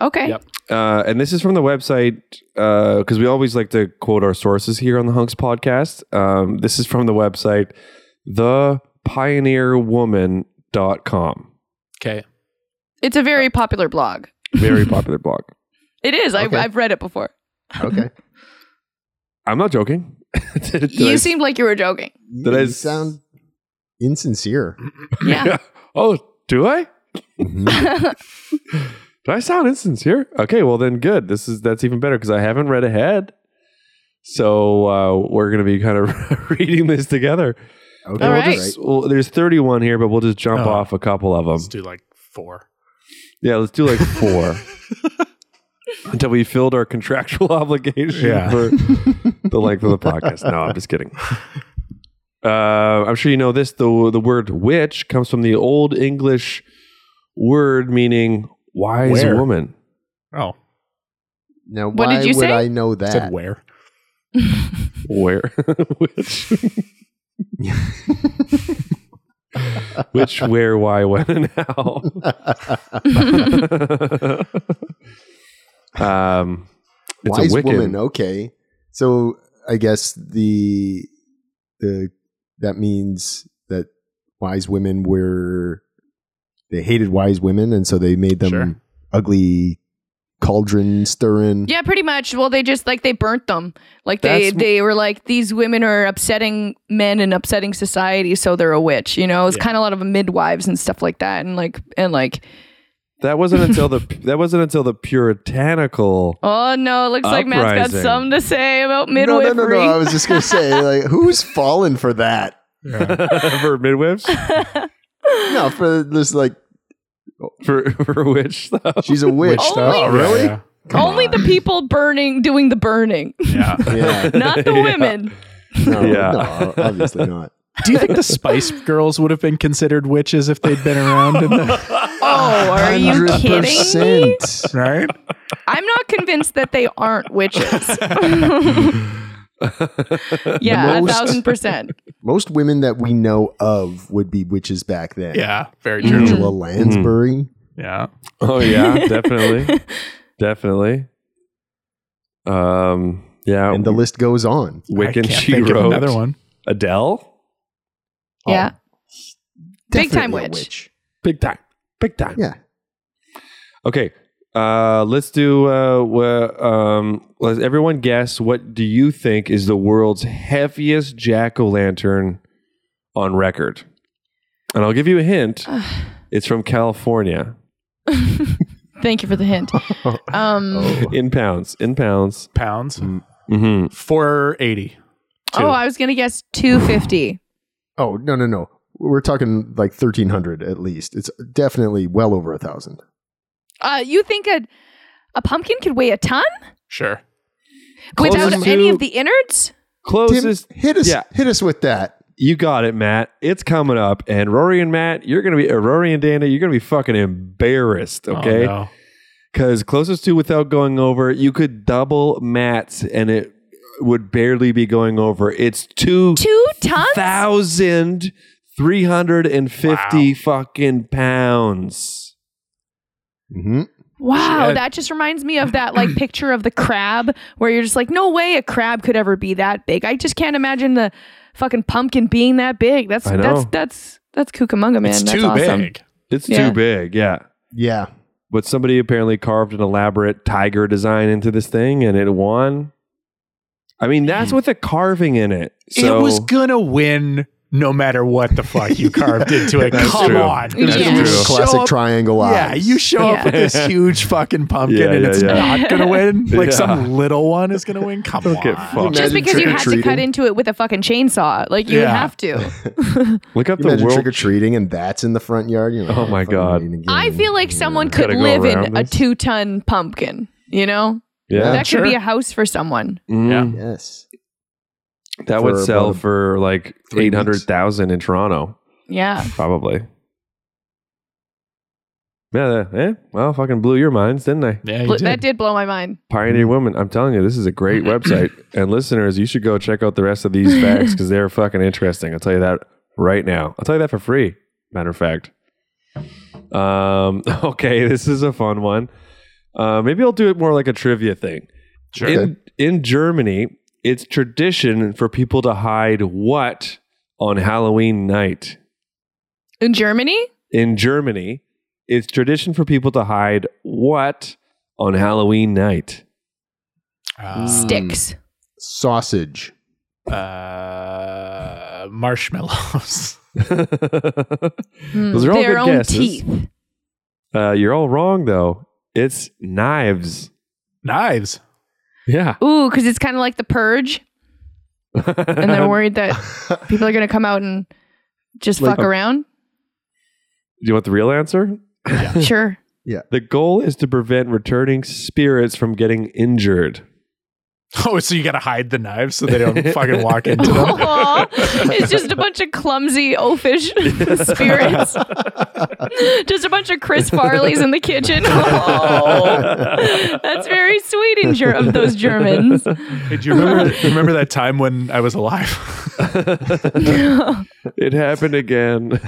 S3: okay.
S4: Yep.
S1: Uh, and this is from the website because we always like to quote our sources here on the Hunks podcast. Um, this is from the website thepioneerwoman.com.
S4: Okay.
S3: It's a very popular blog.
S1: Very popular blog.
S3: It is. I've,
S2: Okay.
S3: I've read it before.
S2: (laughs) okay.
S1: I'm not joking. (laughs) Did
S3: you
S1: I-
S3: seemed like you
S2: (laughs)
S3: were joking.
S2: You,
S1: Did I
S2: you
S1: s-
S2: sound insincere.
S3: Yeah.
S1: (laughs) oh, do I? (laughs) Do I sound insincere? Okay, well then, good. This is that's even better because I haven't read ahead, so uh, we're gonna be kind of (laughs) reading this together.
S2: Okay.
S3: All
S1: we'll
S3: right.
S1: just- well, there's 31 here, but we'll just jump
S4: Oh.
S1: off a couple of them.
S4: Let's do like four.
S1: yeah, let's do like
S4: (laughs)
S1: four until we filled our contractual (laughs) obligation
S4: Yeah.
S1: for the length of the podcast. No, I'm just kidding. Uh, I'm sure you know this. The the word witch comes from the old English word meaning wise
S4: Where?
S1: woman.
S4: Oh,
S2: Now,
S3: What
S2: why
S3: did you
S2: would
S3: say?
S2: I know
S4: I
S2: that?
S4: said where?
S1: Where? (laughs) Which?
S2: (laughs)
S1: Which, where, why, when, and
S4: (laughs)
S1: how? (laughs) um, it's
S2: Wise
S1: a Wiccan.
S2: woman. Okay. So I guess the the that means that wise women were they hated wise women, and so they made them
S4: Sure.
S2: ugly cauldron stirring.
S3: Yeah, pretty much. Well, they just like they burnt them. Like they
S1: That's-
S3: they were like these women are upsetting men and upsetting society, so they're a witch. You know, it's
S4: Yeah.
S3: kind of a lot of midwives and stuff like that, and like and like
S1: That wasn't until the that wasn't until the puritanical. (laughs)
S3: oh no, it looks like Matt's
S1: Uprising.
S3: got something to say about
S2: No,
S3: midwifery.
S2: no, no, no. I
S3: (laughs)
S2: was just gonna say, like, who's fallen for that?
S1: for midwives,
S2: No, for this, like,
S1: for for witch stuff.
S2: she's a witch.
S3: Only-
S2: oh, really?
S4: Yeah.
S3: Only the people burning doing the burning,
S4: yeah.
S2: (laughs)
S4: Yeah.
S2: Yeah.
S3: not the
S1: Yeah.
S3: women.
S2: No,
S1: (laughs) Yeah.
S2: no, obviously not.
S4: (laughs) Do you think the Spice Girls would have been considered witches if they'd been around in the
S3: Oh, are you kidding? me?
S2: 100%.
S4: (laughs) right?
S3: I'm not convinced that they aren't witches. yeah, a
S2: Most-
S3: thousand percent.
S2: Most women that we know of would be witches back then.
S4: Yeah. Very true.
S3: Mm-hmm.
S1: Mm-hmm.
S2: Angela Lansbury.
S4: Yeah.
S1: Oh yeah, definitely, definitely. Um. Yeah.
S2: And the list goes on.
S1: Wiccan.
S4: I can't
S1: She
S4: think of
S1: wrote
S4: another one.
S1: Adele.
S3: Yeah. Big time
S2: Definitely a
S3: witch.
S1: Big time. Big time.
S2: Yeah.
S1: Okay. Uh, let's do. Uh, wh- um, let everyone guess. What do you think is the world's heaviest jack o' lantern on record? And I'll give you a hint. it's from California
S3: Thank you for the hint. Um, oh.
S1: in pounds. In pounds.
S4: Pounds.
S1: Mm-hmm.
S4: 480.
S3: oh, I was gonna guess two fifty.
S2: Oh, no, no, no. We're talking like 1300 at least. It's definitely well over a thousand.
S3: Uh, you think a a pumpkin could weigh a ton
S4: Sure.
S3: without
S1: Closest
S3: any
S1: to-
S3: of the innards?
S2: Tim,
S1: Closest.
S2: hit us
S1: Oh, yeah.
S2: hit us with that.
S1: You got it, Matt. It's coming up, and Rory and Matt, you're gonna be or Rory and Dana. You're gonna be fucking embarrassed, okay?
S4: Oh,
S1: Because closest to without going over, you could double Matt's, and it would barely be going over. It's two
S3: Two tons?
S1: thousand three hundred and fifty fucking pounds.
S2: hmm
S3: Wow,
S4: Shit.
S3: that just reminds me of that
S1: (clears throat)
S3: like picture of the crab where you're just like, no way a crab could ever be that big. I just can't imagine the fucking pumpkin being that big. That's
S1: I
S3: that's
S1: know.
S3: that's that's Cucamonga man.
S4: It's
S3: that's
S4: too
S3: awesome.
S4: big.
S1: It's
S3: Yeah.
S1: too big, yeah.
S2: Yeah.
S1: But somebody apparently carved an elaborate tiger design into this thing, and it won. I mean, that's
S2: Hmm.
S1: with a carving in it. So
S4: it was gonna win no matter what the fuck you carved
S1: (laughs)
S4: into it.
S2: That's
S4: Come
S1: true.
S4: on.
S3: That's
S4: You
S3: true.
S4: show
S2: Classic
S4: up-
S2: triangle eyes.
S4: Yeah, you show up
S3: Yeah.
S4: with this huge fucking pumpkin
S1: Yeah,
S4: and
S1: yeah,
S4: it's
S1: yeah.
S4: not
S1: (laughs)
S4: gonna win.
S1: Yeah.
S4: Like some little one is gonna win. Come
S1: Don't
S4: on.
S1: get fucked.
S3: Just
S2: Imagine
S3: because you had to cut
S2: trick-or-treating.
S3: into it with a fucking chainsaw. Like you would
S4: Yeah.
S3: have to.
S1: Look up
S2: You
S1: the
S2: imagine
S1: world.
S2: trick or treating, and that's in the front yard. You're like,
S1: Oh my
S2: fucking
S1: God.
S2: meeting again.
S3: I feel like someone could
S1: Gotta go
S3: live in
S1: around
S3: a
S1: this.
S3: two ton pumpkin, you know?
S1: yeah,
S3: that could be a house for someone.
S1: Mm.
S2: yes.
S1: that
S2: For
S1: would
S2: about
S1: sell
S2: a-
S1: for like
S2: three
S1: eight
S2: weeks.
S1: hundred thousand in Toronto,
S3: Yeah.
S1: probably. Yeah, that- eh? Well, fucking blew your minds, didn't I?
S4: Yeah, you
S3: Bl-
S4: did.
S3: That did blow my mind.
S1: Pioneer Woman. I'm telling you, this is a great website. And listeners, you should go check out the rest of these facts because they're fucking interesting. I'll tell you that right now. I'll tell you that for free. Matter of fact. Um. (laughs) Okay, this is a fun one. Uh, maybe I'll do it more like a trivia thing.
S4: Sure.
S1: In, in Germany, it's tradition for people to hide what on Halloween night.
S3: In Germany?
S1: In Germany, it's tradition for people to hide what on Halloween night. Hmm.
S4: Uh,
S3: Sticks.
S2: Sausage.
S4: uh, marshmallows. (laughs)
S1: Those are all
S3: Hmm. Their
S1: good
S3: own
S1: guesses.
S3: teeth.
S1: Uh, you're all wrong though. It's knives.
S4: Knives.
S1: (laughs) Yeah.
S3: Ooh, because it's kind of like the purge. and
S1: (laughs)
S3: they're worried that people are going to come out and just
S2: Like-
S1: (laughs)
S3: fuck around.
S1: Do you want the real answer? (laughs)
S3: Sure.
S1: The goal is to prevent returning spirits from getting injured.
S4: Oh, so you gotta hide the knives so they don't fucking
S1: (laughs)
S4: walk into them.
S3: Aw, it's just a bunch of
S1: (laughs)
S3: clumsy oafish (laughs) spirits. just a bunch of Chris Farley's in
S1: (laughs)
S3: the kitchen. Aw. That's very sweet in Ger- of
S1: (laughs)
S3: those Germans.
S4: Hey, do you remember remember that time when I was alive? (laughs)
S1: It happened again. (laughs)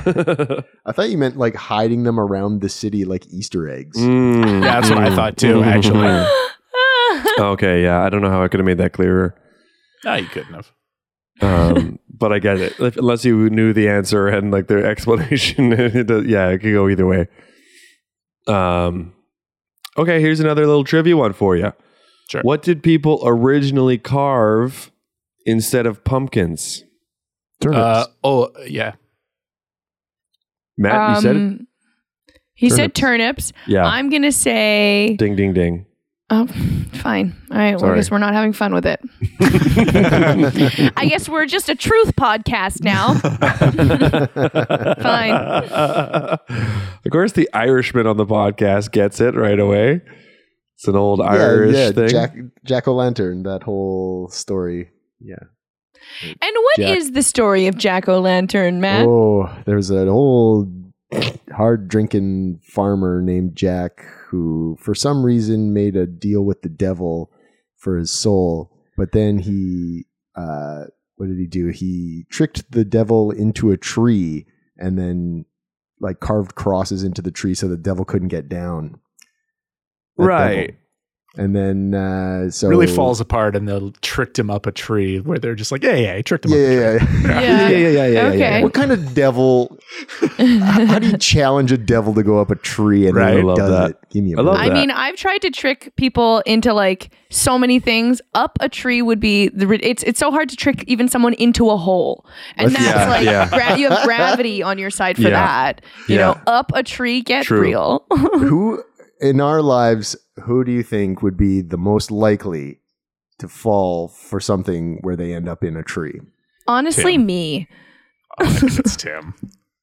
S2: I thought you meant like hiding them around the city like Easter eggs.
S1: Mm.
S4: Yeah, that's what I thought too,
S1: Mm-hmm.
S4: actually.
S1: okay. Yeah. I don't know how I could have made that clearer.
S4: No, you couldn't have. (laughs)
S1: Um, but I get it. If- unless you knew the answer and like the (laughs) explanation, it does, yeah, it could go either way. Um, okay, here's another little trivia one for you.
S4: Sure.
S1: What did people originally carve instead of pumpkins?
S4: Uh, oh yeah.
S1: Matt, you said it?
S3: Um, He said turnips.
S1: Yeah.
S3: I'm going to say.
S1: ding, ding,
S4: (laughs)
S1: ding.
S3: Oh, fine. All right. Well, I
S1: Sorry.
S3: guess we're not having fun with
S1: (laughs)
S3: it. I guess we're just a truth podcast now. fine.
S1: (laughs) of course, the Irishman on the podcast gets it right away. It's an old Irish
S2: yeah,
S1: thing.
S2: Jack Jack o' lantern. That whole story.
S3: And what is
S2: Jack-
S3: the story of Jack O' Lantern, Matt?
S2: Oh, there's an old hard drinking farmer named Jack who, for some reason, made a deal with the devil for his soul. But then he, uh, what did he do? He tricked the devil into a tree and then like carved crosses into the tree so the devil couldn't get down. That
S1: Right.
S2: devil. And then uh, so
S4: really falls apart and they tricked him up a tree where they're just like, yeah, yeah, I tricked him
S2: Yeah,
S4: up. a
S2: yeah,
S4: tree.
S2: yeah, yeah,
S3: Yeah.
S2: yeah, yeah, yeah, yeah,
S3: Okay.
S2: yeah. What kind of devil how, how do you challenge a devil to go up a tree and
S1: Right.
S2: then
S1: I
S2: it
S1: love
S2: does
S1: that.
S2: it? Give me a
S1: I love
S2: break.
S3: I mean, I've tried to trick people into like so many things. Up a tree would be the ri- it's it's so hard to trick even someone into a hole, and that's
S2: That's-
S1: Yeah,
S3: like
S1: yeah.
S3: gra- you have gravity on your side for
S1: Yeah.
S3: that. You
S1: Yeah.
S3: know, up a tree, get
S1: True.
S3: real. (laughs)
S2: Who in our lives, who do you think would be the most likely to fall for something where they end up in a tree?
S3: Honestly, me.
S4: Oh, I think it's Tim.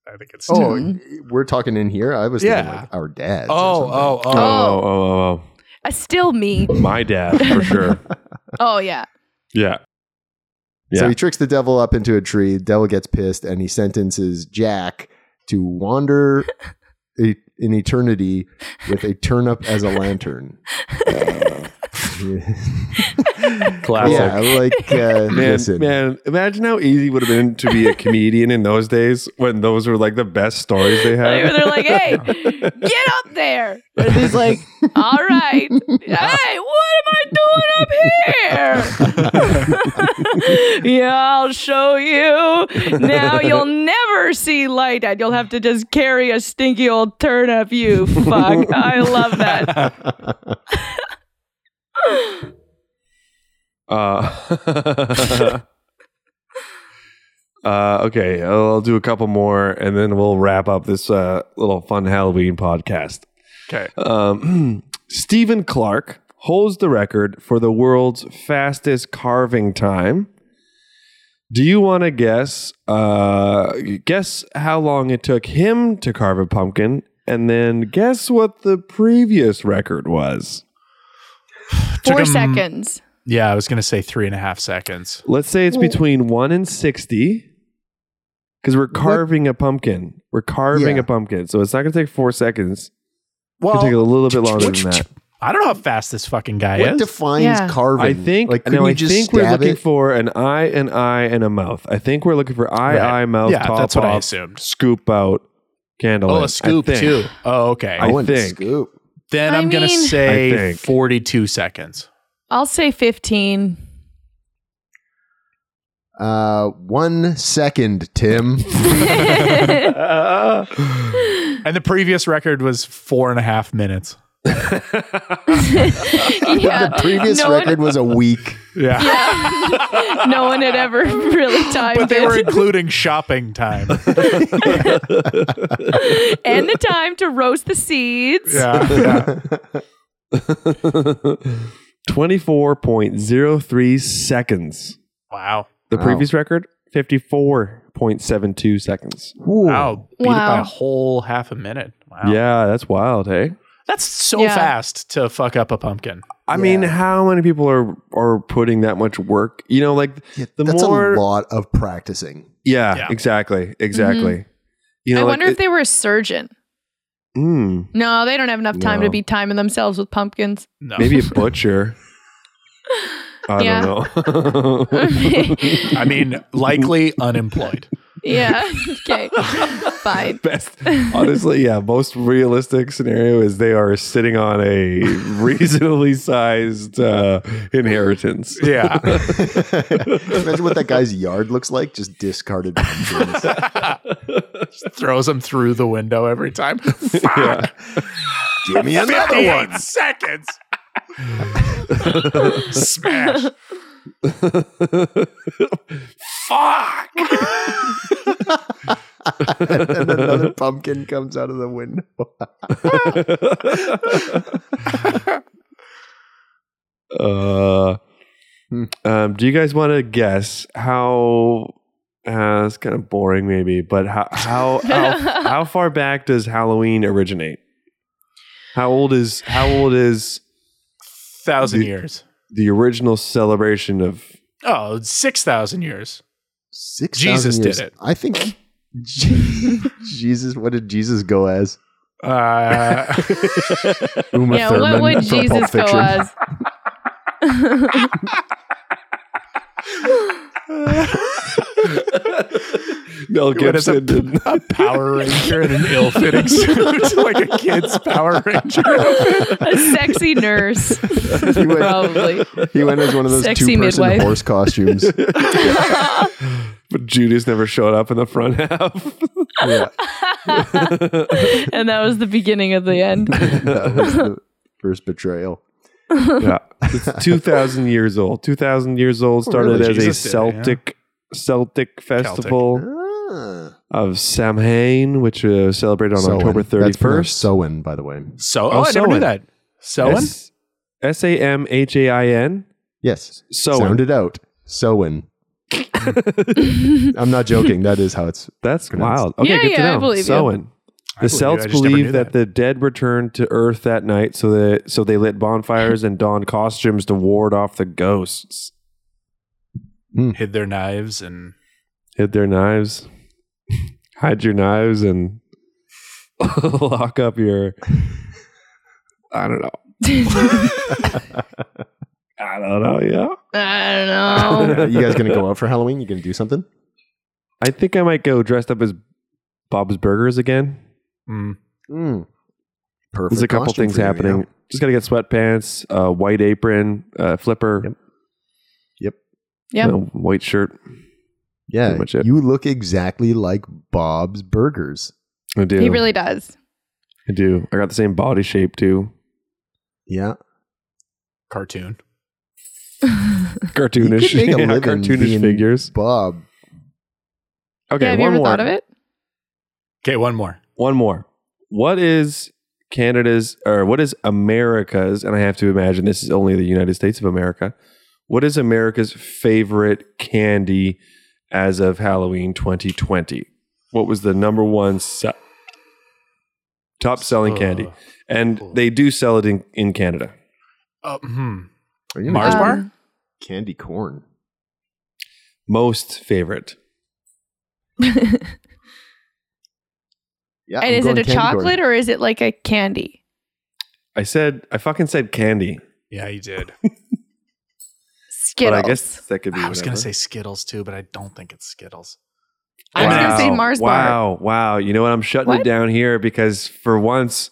S4: I think it's Tim.
S2: Oh, we're talking in here. I was thinking
S4: Yeah.
S2: like our dads. or
S4: Oh,
S2: something.
S4: oh,
S1: Oh,
S4: oh.
S1: oh, oh,
S3: Uh, still me. (laughs)
S1: oh. My dad, for sure.
S3: Oh yeah.
S1: Yeah.
S2: So
S1: Yeah.
S2: he tricks the devil up into a tree. The devil gets pissed and he sentences Jack to wander e- in eternity with a turnip as a
S3: (laughs)
S2: lantern. Uh,
S5: Classic.
S2: yeah, like
S3: (laughs)
S2: uh,
S1: Man,
S2: listen,
S1: man, imagine how easy it would have been to be a comedian in those days when those were like the best stories they
S3: They
S1: had.
S3: were like, (laughs) hey, get up there.
S5: But he's like,
S3: All right. hey, what am I doing up here? (laughs) yeah, I'll show you. Now you'll never see light and you'll have to just carry a stinky old turnip, you fuck. I love that.
S1: Uh, (laughs) uh, okay, I'll do a couple more and then we'll wrap up this uh, little fun Halloween podcast.
S4: Okay.
S1: Um, (clears throat) Stephen Clark holds the record for the world's fastest carving time. Do you want to guess? Uh, guess how long it took him to carve a pumpkin, and then guess what the previous record was.
S4: (laughs) Took
S3: Four
S4: him-
S3: seconds.
S4: Yeah, I was gonna say three and a half seconds.
S1: Let's say it's between one and sixty, because we're carving a pumpkin. We're carving
S2: Yeah.
S1: a pumpkin, so it's not going to take four seconds.
S4: Well,
S1: it'll take a little bit longer than that.
S4: I don't know how fast this fucking guy
S2: what
S4: is.
S2: defines
S3: Yeah.
S2: carving?
S1: I think
S2: like
S1: no,
S2: couldn't
S1: I
S2: you just
S1: think we're
S2: stab
S1: looking
S2: it?
S1: for an eye, an eye, and a mouth. I think we're looking for eye,
S4: Right.
S1: eye, mouth,
S4: Yeah,
S1: top
S4: that's what I
S1: off,
S4: assumed.
S1: Scoop out, candle.
S4: oh,
S1: in, I
S4: a scoop
S1: think.
S4: too. Oh, okay.
S1: I
S2: I want
S1: think.
S2: scoop.
S4: then
S3: I
S4: I'm gonna
S3: mean-
S1: I
S4: say
S1: think.
S4: 42 seconds.
S3: I'll say 15.
S2: Uh, one second,
S3: (laughs)
S2: Tim.
S4: And the previous record was four and a half minutes.
S3: Yeah.
S2: the previous
S3: no
S2: record was a week.
S4: Yeah.
S3: One, (laughs) no one had ever (laughs) really timed
S4: But they
S3: it.
S4: were including shopping time.
S3: and the time to roast the seeds.
S4: Yeah. yeah.
S1: (laughs) Twenty-four point zero three seconds.
S4: Wow.
S1: The
S2: Wow.
S1: previous record, fifty-four point seven two seconds.
S4: Wow. Beat it by
S3: Wow.
S4: a whole half a minute. Wow.
S1: Yeah, that's wild, hey.
S4: That's so
S3: Yeah.
S4: fast to fuck up a pumpkin.
S1: I mean, how many people are are putting that much work? You know, like
S2: Yeah,
S1: the
S2: that's
S1: more,
S2: a lot of practicing.
S1: Yeah,
S4: Yeah.
S1: exactly, exactly. You know,
S3: Mm-hmm. I
S1: like,
S3: wonder if
S1: it-
S3: they were a surgeon.
S1: mm.
S3: No, they don't have enough time
S1: No.
S3: to be timing themselves with
S1: (laughs)
S3: pumpkins. (laughs)
S4: No. (laughs)
S1: Maybe a butcher. I
S3: Yeah.
S1: don't know. (laughs)
S4: (laughs) I mean, (laughs) likely unemployed.
S3: yeah. Okay. Fine.
S1: Best, honestly, yeah. Most realistic scenario is they are sitting on a reasonably sized uh, inheritance.
S4: Yeah.
S2: Imagine what that guy's yard looks like, just discarded pumpkins.
S4: (laughs)
S1: (laughs)
S4: Throws them through the window every time. Fuck.
S1: (laughs) Yeah.
S2: Give me another
S4: 58
S2: one.
S4: seconds. Smash. Fuck.
S2: (laughs) And another pumpkin comes out of the window.
S1: Uh, um, do you guys want to guess how? Uh, it's kind of boring, maybe, but how how how, how far back does Halloween originate? How old is how old is
S4: Thousand
S1: The-
S4: years.
S1: the original celebration of
S4: Oh, 6,000 years.
S2: Six
S4: Jesus did it.
S2: I think (laughs) Je- Jesus. What did Jesus go as?
S4: (laughs) Uh,
S2: Uma
S3: yeah. What would
S2: from Pulp
S3: Jesus
S1: (laughs)
S3: go
S2: Fiction.
S3: as?
S1: Mel
S4: What is
S1: Gibson? did-
S4: a Power Ranger in an (laughs) ill-fitting suit, like a kid's Power Ranger.
S3: A sexy nurse,
S2: he, went,
S3: probably.
S2: he went as one of those
S3: Sexy
S2: two-person
S3: midwife.
S2: horse
S3: (laughs)
S2: costumes.
S1: but Judas never showed up in the front (laughs) half.
S2: yeah,
S3: And that was the beginning of
S1: (laughs)
S3: the end. (laughs)
S2: that was the first betrayal.
S1: yeah, it's two thousand years old. Two thousand years old started
S4: Oh, really?
S1: as
S4: Jesus
S1: a
S4: did it, yeah.
S1: Celtic Celtic festival
S2: Ah.
S1: of Samhain, which uh, was celebrated on
S2: Sowen.
S1: October
S2: That's
S1: thirty
S2: pronounced
S1: first.
S2: Sowen, by the way.
S4: So,
S1: Oh,
S4: oh, I never
S1: Sowen.
S4: knew that. Sowen?
S1: S A M H A I N.
S2: Yes. Sound
S1: Sowen.
S2: it out.
S3: (laughs)
S2: Sowen. I'm not joking. That is how it's.
S1: That's
S2: Pronounced.
S1: wild. Okay,
S3: Yeah,
S1: good
S3: yeah, I
S1: to know.
S3: believe you.
S1: Sowen. The
S4: believe you. I
S1: Celts
S4: just never knew
S1: believed that.
S4: that.
S1: the dead returned to Earth that night, so that so they lit bonfires and donned costumes to ward off the ghosts.
S2: Mm.
S4: hid their knives and
S1: hid their knives, hide your knives, and (laughs) lock up your. I don't know. I don't know. Yeah,
S3: I don't
S1: (laughs)
S3: know.
S2: Are you guys gonna go out for Halloween? You gonna do something?
S1: I think I might go dressed up as Bob's Burgers again.
S4: mm,
S2: Mm. Perfect.
S1: There's a couple
S2: costume
S1: things
S2: for you,
S1: happening.
S2: yeah.
S1: Just gotta get sweatpants, uh, white apron, uh, flipper.
S2: Yep. Yep.
S3: Yep.
S1: you know, white shirt.
S2: Yeah,
S1: Pretty much it.
S2: you look exactly like Bob's Burgers.
S1: I do.
S3: he really does.
S1: I do. I got the same body shape too.
S2: Yeah,
S4: cartoon.
S1: Cartoonish.
S2: (laughs) You could
S1: (laughs)
S2: make a
S1: Yeah,
S2: living
S1: cartoonish
S2: being
S1: figures.
S2: Bob.
S1: Okay,
S3: yeah, have you
S1: one
S3: ever
S1: more.
S3: thought of it?
S4: Okay, one more.
S1: One more. What is Canada's or what is America's? And I have to imagine this is only the United States of America. What is America's favorite candy as of Halloween 2020? What was the number one se- top selling candy?
S4: Uh,
S1: And they do sell it in, in Canada.
S4: uh, hmm.
S2: Are you
S4: Mars
S2: gonna-
S4: bar?
S3: Um,
S2: candy corn.
S1: Most favorite.
S2: Yeah,
S3: and
S2: I'm
S3: is
S2: going
S3: it a
S2: candy corn.
S3: chocolate or is it like a candy?
S1: I said I fucking said candy,
S4: Yeah, you did.
S3: Skittles.
S1: but I guess that could be.
S4: I was gonna
S1: whatever.
S4: say Skittles too, but I don't think it's Skittles.
S3: I was gonna say Mars bar.
S1: Wow, wow. You know what? I'm shutting it
S3: What?
S1: down here because for once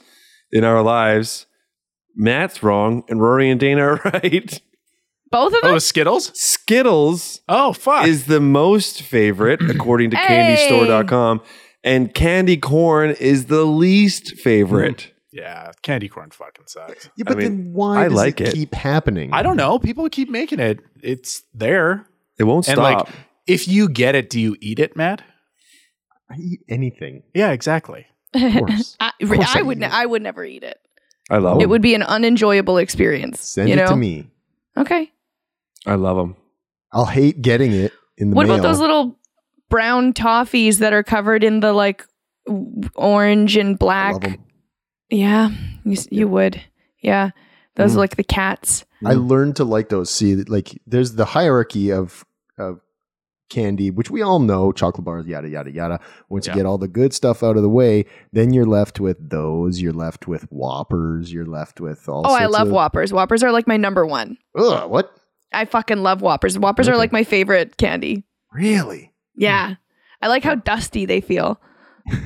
S1: in our lives, Matt's wrong and Rory and Dana are (laughs) right.
S3: Both of them?
S4: Oh, Skittles?
S1: Skittles
S4: Oh fuck.
S1: is the most
S4: (clears throat)
S1: favorite according to
S3: Hey.
S1: candystore.com and candy corn is the least
S4: Mm-hmm.
S1: favorite.
S4: yeah, candy corn fucking sucks.
S2: Yeah, but
S1: I mean,
S2: then why
S1: I
S2: does
S1: like
S2: it,
S1: it.
S2: keep happening?
S1: Mm.
S4: I don't know. People keep making it. It's there.
S1: It won't
S4: And
S1: stop.
S4: like if you get it, do you eat it, Matt?
S2: I eat
S3: (laughs)
S2: anything.
S4: Yeah, exactly.
S2: Of course.
S3: I,
S2: Of course
S3: I
S2: I
S3: would
S2: do.
S3: ne- I would never eat it.
S1: I love
S3: It
S1: them.
S3: would be an unenjoyable experience.
S2: Oh. Send
S3: you
S2: it
S3: know?
S2: to me.
S3: Okay.
S1: I love them.
S2: I'll hate getting it in the
S3: What
S2: mail.
S3: about those little brown toffees that are covered in the like w- orange and
S2: I
S3: black?
S2: love 'em.
S3: Yeah, you s- you would. Yeah, those
S2: Mm.
S3: are like the cats.
S2: I learned to like those. See, like there's the hierarchy of of candy, which we all know, chocolate bars, yada yada yada. Once
S4: Yeah.
S2: you get all the good stuff out of the way, then you're left with those. You're left with Whoppers. You're left with all.
S3: oh, I
S2: sorts
S3: love
S2: of,
S3: Whoppers. Whoppers are like my number one.
S2: Ugh, what?
S3: I fucking love Whoppers. Whoppers are
S2: Okay. Mm.
S3: like my favorite candy. (laughs)
S2: Really?
S3: Yeah. I like how dusty
S2: (laughs)
S3: they feel. (laughs) you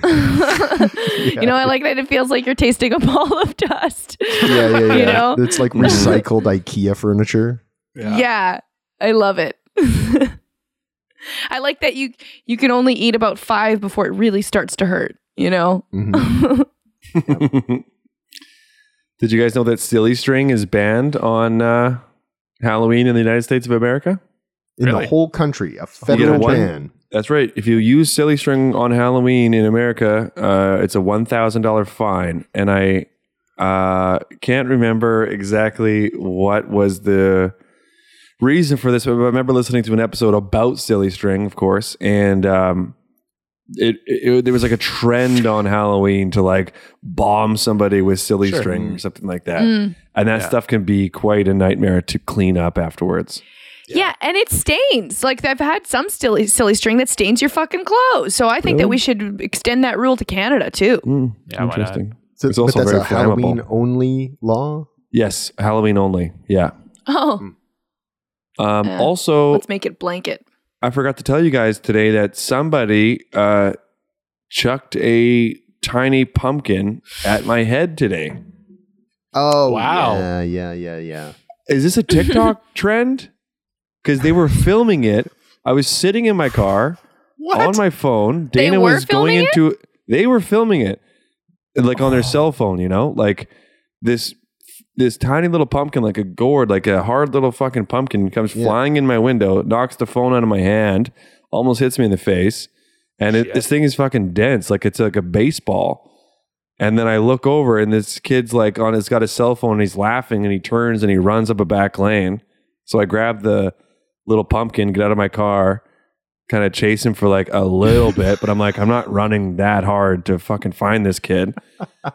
S3: know, I like that it feels like you're tasting a (laughs) ball of dust.
S2: Yeah, yeah, yeah.
S3: You know?
S2: It's like recycled IKEA furniture.
S3: Yeah. I love it. (laughs) I like that you you can only eat about 5 before it really starts to hurt, you know?
S2: Mhm.
S1: (laughs) Did you guys know that silly string is banned on uh, Halloween in the United States of America?
S2: In
S4: Really?
S2: the whole country, a
S1: a
S2: federal
S1: one?
S2: ban.
S1: That's right. If you use silly string on Halloween in America, uh, it's a one thousand dollar fine, and I uh, can't remember exactly what was the reason for this. But I remember listening to an episode about silly string, of course, and um, it, it, there was like a trend on Halloween to like bomb somebody with silly
S4: Sure.
S1: string or something like that,
S3: Mm.
S1: and that
S4: Yeah.
S1: stuff can be quite a nightmare to clean up afterwards.
S3: Yeah. and it stains. Like I've had some silly silly string that stains your fucking clothes. So I think that we should extend that rule to Canada too.
S1: Mm,
S4: Yeah, why not?
S2: So,
S1: It's also
S2: but that's
S1: very
S2: a Halloween
S1: flammable.
S2: only law.
S1: Yes, Halloween only. Yeah.
S3: Oh,
S1: Um,
S3: Uh,
S1: also,
S3: let's make it blanket.
S1: I forgot to tell you guys today that somebody uh, chucked a tiny pumpkin at my head today.
S2: Oh
S4: Wow.
S2: Yeah, yeah, yeah, yeah.
S1: Is this a TikTok trend? Because they were filming it. I was sitting in my car on my phone.
S3: They
S1: Dana
S3: were
S1: was going
S3: filming it?
S1: into. They were filming it, like on their cell phone. You know, like this this tiny little pumpkin, like a gourd, like a hard little fucking pumpkin, comes
S2: Yeah.
S1: flying in my window, knocks the phone out of my hand, almost hits me in the face, and it,
S4: Shit.
S1: this thing is fucking dense, like it's like a baseball. And then I look over, and this kid's like on. It's got a cell phone, and he's laughing, and he turns and he runs up a back lane. So I grab the little pumpkin, get out of my car, kind of chase him for like a
S8: (laughs)
S1: little bit, but I'm like, I'm not running that hard to fucking find this kid.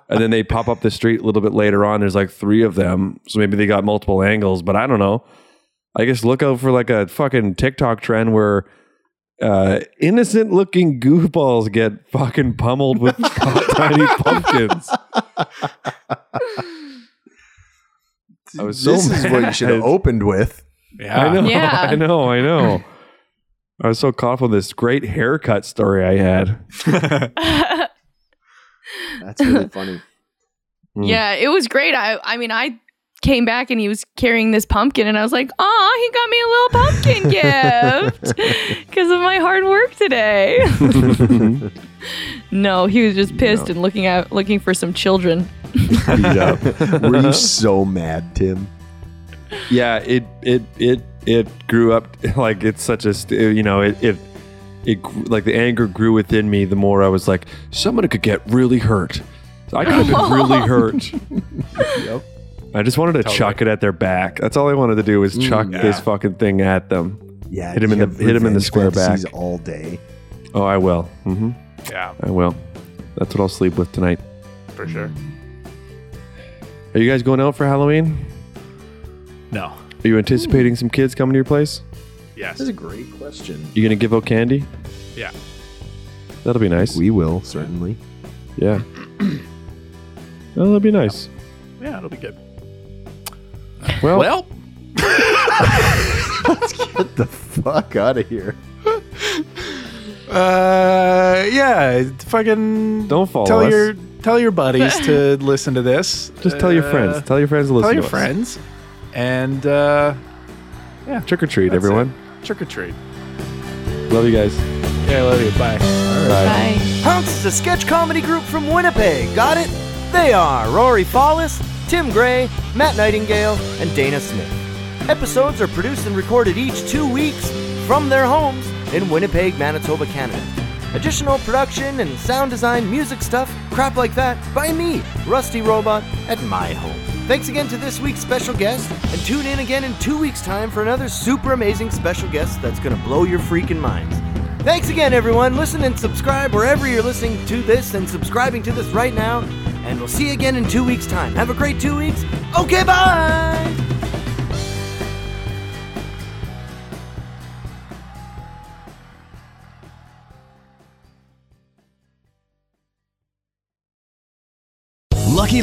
S1: And then they pop up the street a little bit later on. There's like three of them. So maybe they got multiple angles, but I don't know. I guess look out for like a fucking TikTok trend where uh, innocent looking goofballs get fucking
S8: (laughs)
S1: pummeled with tiny pumpkins. I was so
S8: this is what you
S1: mad.
S8: should have opened with.
S4: Yeah.
S1: I know,
S3: Yeah.
S1: I know, I know. I was so caught up with this great haircut story I had.
S8: That's really funny.
S1: Mm.
S3: Yeah, it was great. I I mean, I came back and he was carrying this pumpkin, and I was like, "Oh, he got me a (laughs) little pumpkin gift because of my hard work today." (laughs) no, he was just pissed and looking at looking for some children.
S8: Beat up. (laughs) Were you so mad, Tim?
S1: yeah it it it it grew up (laughs) like it's such a st- you know it it it gr- like the anger grew within me the more i was like someone could get really hurt i could have been really hurt i just wanted to chuck it at their back that's all i wanted to do was chuck this fucking thing at them
S8: Yeah,
S1: Hit him
S8: you
S1: in the-
S8: have
S1: hit him in the
S8: revenge
S1: square back.
S8: fantasies all day.
S1: oh i will hmm
S4: yeah,
S1: i will that's what i'll sleep with tonight
S4: for sure.
S1: are you guys going out for halloween
S4: No.
S1: are you anticipating some kids coming to your place
S4: Yes.
S8: a great question.
S1: you gonna give out candy
S4: Yeah.
S1: that'll be nice
S8: We will certainly.
S4: (clears throat)
S1: Yeah. well, that'd be nice.
S4: Yeah, it'll be good.
S1: Well,
S4: Well,
S8: Get the fuck out of here.
S4: uh, yeah, fucking
S1: don't follow
S4: tell
S1: us.
S4: your tell your buddies
S1: (laughs)
S4: to listen to this.
S1: Just tell your
S4: Uh,
S1: friends. Tell your friends to listen.
S4: Tell your
S1: to us.
S4: friends, and uh,
S1: Trick or treat,
S4: that's
S1: everyone.
S4: it. Trick or treat.
S1: Love you guys.
S4: Yeah, I love you. Bye.
S3: Bye.
S2: Hunks is a sketch comedy group from Winnipeg. Got it? They are Rory Fallis, Tim Gray, Matt Nightingale, and Dana Smith. Episodes are produced and recorded each two weeks from their homes in Winnipeg, Manitoba, Canada. Additional production and sound design, music stuff, crap like that, by me, Rusty Robot, at my home. Thanks again to this week's special guest, and tune in again in two weeks' time for another super amazing special guest that's gonna blow your freaking minds. Thanks again, everyone. Listen and subscribe wherever you're listening to this and subscribing to this right now. And we'll see you again in two weeks' time. Have a great two weeks. Okay, bye.
S9: Lucky